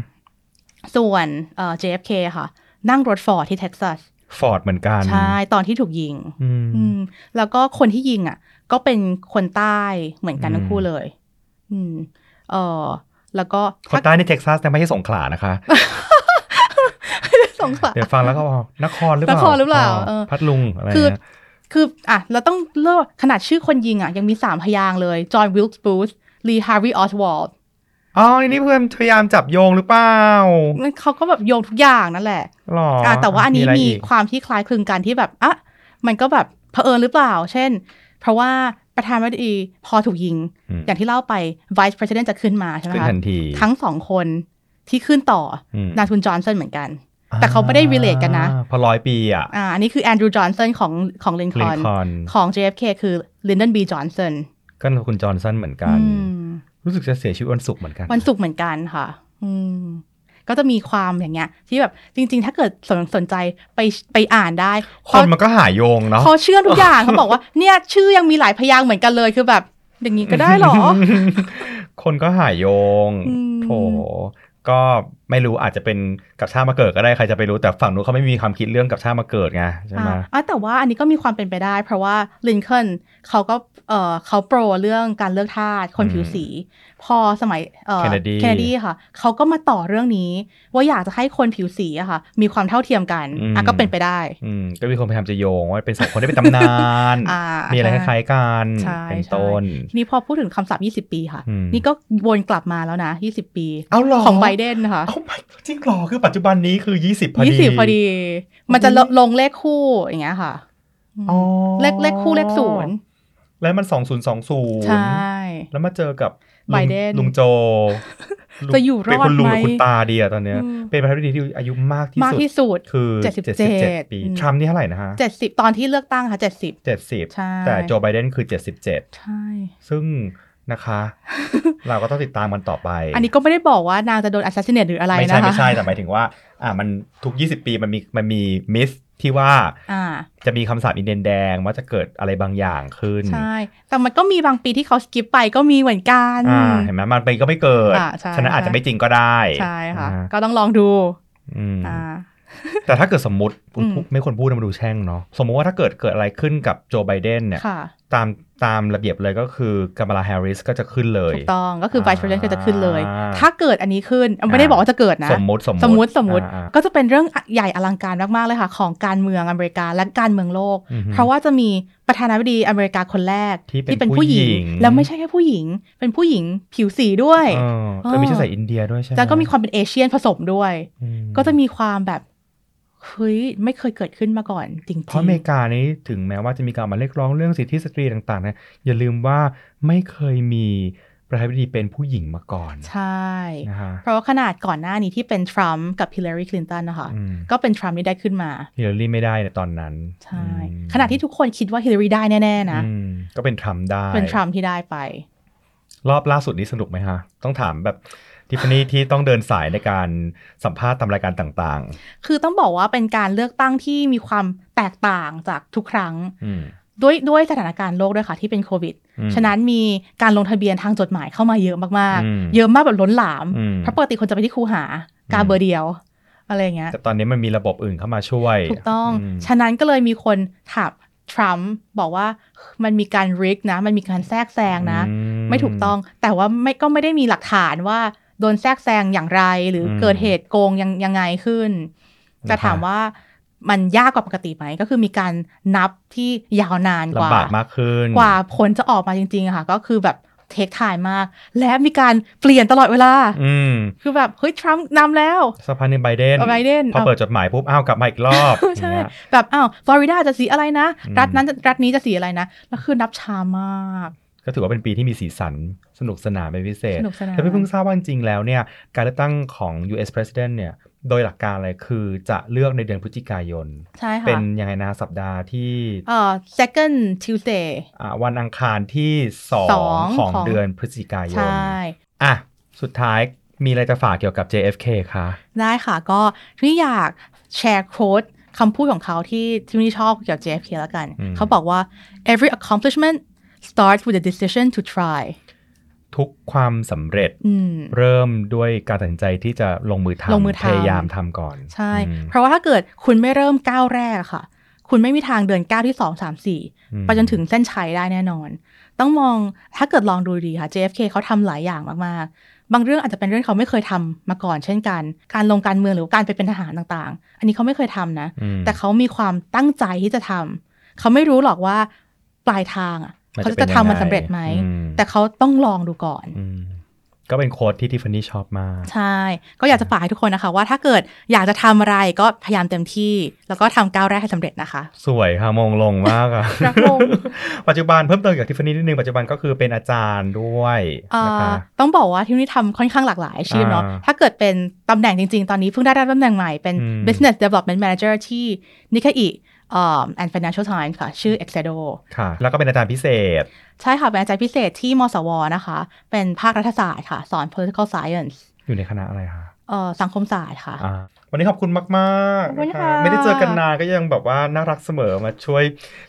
Speaker 2: ส่วนเอ่อ JFK ค่ะ นั่งรถฟอร์ดที่เท็กซัส
Speaker 1: ฟอร์ดเหมือนกัน
Speaker 2: ใช่ ตอนที่ถูกยิง
Speaker 1: อืม
Speaker 2: อืม แล้วก็คนที่ยิงอ่ะ ก็เป็นคนใต้เหมือนกัน
Speaker 1: อืม
Speaker 2: ทั้งคู่เลย อืมเออแล้วก็
Speaker 1: คนใต้ในเท็กซัสแต่ไม่ใช่สงขลานะคะ
Speaker 2: สงขลา
Speaker 1: เดี๋ยวฟังแล้วก็บอกนครหรือเปล่าน
Speaker 2: ครหรือเปล่าเออ
Speaker 1: พัทลุงอะไร
Speaker 2: คือ
Speaker 1: เงี้ย
Speaker 2: คือ อ่ะ เราต้องเลือกขนาดชื่อคนยิงอ่ะ ยังมีสามพยางค์เลย จอห์นวิลส์บูธลีฮาร์วีออสวอลด์
Speaker 1: อ๋ออันนี้เพื่อนพยายามจับโยงหรือเปล่า
Speaker 2: เขาก็แบบโยงทุกอย่างนั่นแหละ
Speaker 1: หรอ
Speaker 2: อ่ะ
Speaker 1: อ่ะ
Speaker 2: แต่ว่าอันนี้
Speaker 1: ะไร
Speaker 2: มี
Speaker 1: อีก
Speaker 2: ความที่คล้ายคลึงกันที่แบบอ่ะมันก็แบบเผอิญหรือเปล่า เช่น เพราะว่า ประธานาธิบดีพอถูกยิง
Speaker 1: อืม
Speaker 2: อย่างที่เล่าไป vice president จะขึ้นมาใช่ไหม
Speaker 1: ขึ้น
Speaker 2: คะ
Speaker 1: ทันที
Speaker 2: ทั้งสองคนที่ขึ้นต่อ
Speaker 1: อืม
Speaker 2: นาทุนจอห์นสันเหมือนกัน แต่เขาไม่ได้ relate กันนะ
Speaker 1: อ่าพอร้อยปีอ่ะ
Speaker 2: อ่าอันนี้คือแอนดรูว์จอห์นสันของของลินค
Speaker 1: ลิ
Speaker 2: อน น
Speaker 1: คอน
Speaker 2: ของ JFK คือลินด o นบีจอห์นสัน
Speaker 1: ก็คุณจอห์นสันเหมือนกัน รู้สึกจะเสียชีวิตวันศุกร์เหมือนกัน
Speaker 2: วันศุกร์เหมือนกันค่ะ อืม ก็จะมีความอย่างเงี้ย ที่แบบจริง ๆ ถ้าเกิดสนสนใจไปไปอ่านได้
Speaker 1: คนมัน
Speaker 2: เขา
Speaker 1: ก็หายโยงเนาะ
Speaker 2: เขาเชื่อทุกอย่างเขาบอกว่าเนี่ยชื่อยังมีหลายพยางค์เหมือนกันเลยคือแบบ อย่างนี้ก็ได้เหรอ
Speaker 1: คนก็หายโยง
Speaker 2: อืม
Speaker 1: โถก็ไม่รู้อาจจะเป็นกับชาติมาเกิดก็ได้ใครจะไปรู้แต่ฝั่งนู้นเขาไม่มีความคิดเรื่องกับชาติมาเกิดไงใช่ไหม
Speaker 2: อ่ะอ่ะแต่ว่าอันนี้ก็มีความเป็นไปได้ เพราะว่าลินคอล์นเขาก็เออเขาโปรเรื่องการเลือกทาสคนผิวสี พอสมัยเออ
Speaker 1: Kennedy
Speaker 2: เคนเนดีค่ะ เขาก็มาต่อเรื่องนี้ ว่าอยากจะให้คนผิวสีอะค่ะ มีความเท่าเทียมกัน
Speaker 1: อืม
Speaker 2: อ่ะก็เป็นไปได้
Speaker 1: อืมก็มีคนพยายามจะโยงว่าเป็นสองคนได้เป็นตำนาน
Speaker 2: อ่า
Speaker 1: มี
Speaker 2: มี
Speaker 1: อะไรคล้ายๆกัน
Speaker 2: ใช่
Speaker 1: เป็นต้น
Speaker 2: ทีนี้พอพูดถึงคำศัพท์ 20 ปีค่ะ
Speaker 1: อืม
Speaker 2: นี่ก็วนกลับมาแล้วนะ 20 ปี
Speaker 1: เอาหรอ
Speaker 2: ของไบเดนนะคะ
Speaker 1: เอาไม่จริงหรอคือปัจจุบันนี้คือ 20 พอดี
Speaker 2: 20 พอดี มันจะลลงเลขคู่อย่างเงี้ยค่ะ
Speaker 1: อ๋อ
Speaker 2: เลขเลขคู่เลขศูนย์
Speaker 1: แล้วมัน 2020
Speaker 2: ใช่
Speaker 1: แล้วมาเจอกับลุง
Speaker 2: Biden
Speaker 1: ลุง โจลุง
Speaker 2: จะอยู่รอด
Speaker 1: เป็นคุณลุงหรือ
Speaker 2: ไหม
Speaker 1: คุณตาเดียตอนเนี้ย
Speaker 2: อืม
Speaker 1: เป็นประธานาธิบดีที่อายุมากที่
Speaker 2: มาก
Speaker 1: สุด
Speaker 2: ที่สุด
Speaker 1: คือ
Speaker 2: 77
Speaker 1: ปีทรัมป์นี่เท่าไหร่นะฮะ
Speaker 2: 70 ตอนที่เลือกตั้งค่ะ 70
Speaker 1: 70
Speaker 2: ใช่
Speaker 1: แต่โจไบเดนคือ
Speaker 2: ใช่
Speaker 1: 77 ซึ่งนะคะ เราก็ต้องติดตามมันต่อไป
Speaker 2: อันนี้ก็ไม่ได้บอกว่านางจะโดน assassinate หรืออะไร
Speaker 1: ไม่
Speaker 2: นะ
Speaker 1: ใช่
Speaker 2: คะ
Speaker 1: ไม่ใช่แต่หมายถึงว่า อ่ามันทุก 20 ปีมันมีมันมีมิสที่ว่า
Speaker 2: อ่า
Speaker 1: จะมีคำสาปอินเดียนแดงว่าจะเกิดอะไรบางอย่างขึ้น
Speaker 2: ใช่ แต่มันก็มีบางปีที่เขาสกิปไปก็มีเหมือนกัน
Speaker 1: อ่าเห็นไหมมันไปก็ไม่เกิด
Speaker 2: อ่าใช่
Speaker 1: ฉะนั้นอาจ
Speaker 2: ใช่
Speaker 1: จะไม่จริงก็ได้
Speaker 2: ใช่ค่ะ
Speaker 1: นฮ
Speaker 2: ก็ต้องลองดู
Speaker 1: อืม
Speaker 2: อ่า
Speaker 1: แต่ถ้าเกิดสมมติพูด
Speaker 2: อืม
Speaker 1: พูดไม่ควรพูดนะมาดูแช่งเนาะสมมติว่าถ้าเกิดเกิดอะไรขึ้นกับโจไบเดนเนี่ย
Speaker 2: ค่ะ
Speaker 1: ตามตามระเบียบเลยก็คือกัมลาแฮร์ริสก็จะขึ้นเลย
Speaker 2: ถูกต้องก็คือ vice president ก็จะขึ้นเลย
Speaker 1: อ่า
Speaker 2: ถ้าเกิดอันนี้ขึ้นไม่ได้
Speaker 1: อ่า
Speaker 2: บอกว่าจะเกิดนะ
Speaker 1: สมมติสม
Speaker 2: สมมติสมมติ
Speaker 1: อ่าอ่า
Speaker 2: ก็จะเป็นเรื่องใหญ่อลังการมาก ๆ เลยค่ะ ของการเมืองอเมริกาและการเมืองโลก
Speaker 1: อือฮึ
Speaker 2: เพราะว่าจะมีประธานาธิบดีอเมริกาคนแรก
Speaker 1: ที่เป็นผู้หญิง
Speaker 2: แล้วไม่ใช่แค่ผู้หญิง เป็นผู้หญิงผิวสีด้วย
Speaker 1: เออแล้วมีเชื้อสายอินเดียด้วยใช่ไหม
Speaker 2: แล้วก็มีความเป็นเอเชียนผสมด้วย
Speaker 1: อืม
Speaker 2: ก็จะมีความแบบเฮ้ยไม่เคยเกิดขึ้นมาก่อนจริงๆ
Speaker 1: เพราะอเมริกานี้ถึงแม้ว่าจะมีการออกมาเรียกร้องเรื่องสิทธิสตรีต่างๆนะอย่าลืมว่าไม่เคยมีประธานาธิบดีเป็นผู้หญิงมาก่อน
Speaker 2: ใช่
Speaker 1: นะฮะ
Speaker 2: เพราะว่าขนาดก่อนหน้านี้ที่เป็นทรัมป์กับฮิลลารีคลินตันนะคะ
Speaker 1: อืม
Speaker 2: ก็เป็นทรัมป์นี่ได้ขึ้นมา
Speaker 1: ฮิลลารีไม่ได้ในตอนนั้น
Speaker 2: ใช่
Speaker 1: อืม
Speaker 2: ขณะที่ทุกคนคิดว่าฮิลลารีได้แน่ ๆ นะ
Speaker 1: อืมก็เป็นทรัมป์ได้
Speaker 2: เป็นทรัมป์ที่ได้ไป
Speaker 1: รอบล่าสุดนี้สนุกไหมฮะ ต้องถามแบบทิฟฟานี่ที่ต้องเดินสายในการสัมภาษณ์ตามรายการต่าง
Speaker 2: คือต้องบอกว่าเป็นการเลือกตั้งที่มีความแตกต่างจากทุกครั้ง
Speaker 1: ๆ อืม
Speaker 2: ด้วยด้วยสถานการณ์โลกด้วยค่ะที่เป็นโควิด
Speaker 1: อืม
Speaker 2: ฉะนั้นมีการลงทะเบียนทางจดหมายเข้ามาเยอะมาก
Speaker 1: อืม
Speaker 2: ๆ เยอะมากแบบล้นหลาม
Speaker 1: อืม
Speaker 2: เพราะปกติคนจะไปที่คูหา กา
Speaker 1: อืม
Speaker 2: เบอร์เดียว อะไรอย่างเงี้ย
Speaker 1: แต่ตอนนี้มันมีระบบอื่นเข้ามาช่วย
Speaker 2: ถูกต้อง
Speaker 1: ม
Speaker 2: ฉะนั้นก็เลยมีคนถามทรัมป์บอกว่ามันมีการริกนะ มันมีการแทรกแซงนะ
Speaker 1: อืม
Speaker 2: ไม่ถูกต้อง แต่ว่าไม่ก็ไม่ได้มีหลักฐานว่าโดนแทรกแซงอย่างไร หรืออ
Speaker 1: ม
Speaker 2: เกิดเหตุโกงยังยังไงขึ้น
Speaker 1: นะคะ
Speaker 2: แต่ถามว่ามันยากกว่าปกติไหม ก็คือมีการนับที่ยาวนานกว่า
Speaker 1: ลำบากมากขึ้น
Speaker 2: กว่าผลจะออกมาจริงๆอะค่ะ ก็คือแบบเทคไทม์มาก และมีการเปลี่ยนตลอดเวลา
Speaker 1: อืม
Speaker 2: คือแบบเฮ้ยทรัมป์นำแล้ว
Speaker 1: สภาหนึ่งไบเดน
Speaker 2: ไบเดน
Speaker 1: พอเปิดจดหมายปุ๊บอ้าวกลับมาอีกรอบ
Speaker 2: ใช่
Speaker 1: อย่างเงี้ย
Speaker 2: แบบอ้าวฟลอริดาจะสีอะไรนะ
Speaker 1: อืม
Speaker 2: รัฐนั้นรัฐนี้จะสีอะไรนะ แล้วคือนับช้ามาก
Speaker 1: ก็ถือว่าเป็นปีที่มีสีสันสนุกสนานเป็นพิเศษ
Speaker 2: สนุกสนาน
Speaker 1: แต่พี่เพิ่งทราบว่าจริงๆแล้วเนี่ยการเลือกตั้งของ U.S. President เนี่ยโดยหลักการเลยคือจะเลือกในเดือนพฤศจิกายน
Speaker 2: ใช่
Speaker 1: เป็น
Speaker 2: ค่ะ
Speaker 1: ยังไงนะสัปดาห์ที่
Speaker 2: เอ่อ second Tuesday
Speaker 1: อ่าวันอังคารที่
Speaker 2: สอ
Speaker 1: 2
Speaker 2: ง
Speaker 1: ของ
Speaker 2: ของ
Speaker 1: เดือนพฤศจิกาย
Speaker 2: ใช
Speaker 1: น่ อ่ะสุดท้ายมีอะไรจะฝากเกี่ยวกับ JFK คะ
Speaker 2: ได้ค่ะก็ที่อยากแชร์โค้ดคำพูดของเขาที่ที่นี่ชอบเกี่ยวกับ JFK แล้วกัน เขาบอกว่า every accomplishment starts with a decision to try
Speaker 1: ทุกความสำเร็จ
Speaker 2: อืม
Speaker 1: เริ่มด้วยการตัดสินใจที่จะลงมือทำ
Speaker 2: ลงมือทำ
Speaker 1: พยายามทำก่อน
Speaker 2: ใช่
Speaker 1: อืม
Speaker 2: เพราะว่าถ้าเกิดคุณไม่เริ่มก้าวแรกอะค่ะ คุณไม่มีทางเดินก้าวที่ 2 3
Speaker 1: อืม
Speaker 2: 4 ไปจนถึงเส้นชัยได้แน่นอน ต้องมองถ้าเกิดลองดูดีค่ะ JFK เขาทำหลายอย่างมาก ๆ บางเรื่องอาจจะเป็นเรื่องเขาไม่เคยทำมาก่อน เช่นกัน การลงการเมืองหรือว่าการไปเป็นทหารต่างๆ อันนี้เขาไม่เคยทำนะ
Speaker 1: อืม
Speaker 2: แต่เขามีความตั้งใจที่จะทำเขาไม่รู้หรอกว่าปลายทางอะ
Speaker 1: มัน
Speaker 2: เขา
Speaker 1: จะเป็น
Speaker 2: จะทำมั
Speaker 1: ยั
Speaker 2: น
Speaker 1: งไง
Speaker 2: สำเร็จไหม
Speaker 1: อืม
Speaker 2: แต่เขาต้องลองดูก่อน
Speaker 1: อืม ก็เป็นโค้ดที่ทิฟฟานี่ชอบมาก
Speaker 2: ใช่ ก็อยากจะฝากให้ทุกคนนะคะ ว่าถ้าเกิดอยากจะทำอะไรก็พยายามเต็มที่ แล้วก็ทำก้าวแรกให้สำเร็จนะคะ
Speaker 1: สวยค่ะมงลงมากอะ
Speaker 2: รักมง
Speaker 1: ปัจจุบันเพิ่มเติมจากทิฟฟานี่นิดนึงปัจจุบันก็คือเป็นอาจารย์ด้วย
Speaker 2: เอ่อ
Speaker 1: นะคะ
Speaker 2: ต้องบอกว่าที่นี่ทำค่อนข้างหลากหลายอาชีพเนาะ
Speaker 1: อ่า
Speaker 2: ถ้าเกิดเป็นตำแหน่งจริง ๆ ตอนนี้เพิ่งได้รับตำแหน่งใหม่เป็น
Speaker 1: อืม
Speaker 2: business development manager ที่ Nikkei เอ่อ and financial times ค่ะ ชื่อ Exedo
Speaker 1: ค่ะ แล้วก็เป็นอาจารย์พิเศษ
Speaker 2: ใช่ค่ะเป็นอาจารย์พิเศษที่มสวนะคะ เป็นภาครัฐศาสตร์ค่ะ สอน political science
Speaker 1: อยู่ในคณะอะไรคะ
Speaker 2: เอ่อสังคมศาสตร์ค่ะ
Speaker 1: อ่าวันนี้ขอบคุณมากๆ
Speaker 2: ขอบคุณ
Speaker 1: นะ
Speaker 2: ค่ะ
Speaker 1: ไม่ได้เจอกันนานก็ยังแบบว่าน่ารักเสมอมาช่วย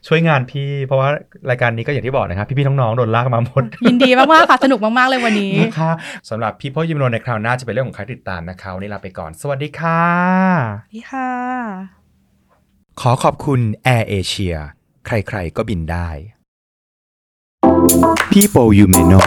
Speaker 1: ช่วยงานพี่ เพราะว่ารายการนี้ก็อย่างที่บอกนะครับพี่ๆน้องๆโดนลากมาหมด
Speaker 2: ยินดีมาก ๆ ค่ะ สนุกมาก ๆ เลยวันนี้
Speaker 1: นะคะสำหรับพี่พ่อยิมโนในคราวหน้าจะเป็นเรื่องของใครติดตามนะคะวันนี้ลาไปก่อน สวัสดีค่ะ
Speaker 3: ดีค่ะ
Speaker 1: ขอขอบคุณ Air Asia ใครๆก็บินได้ People you may know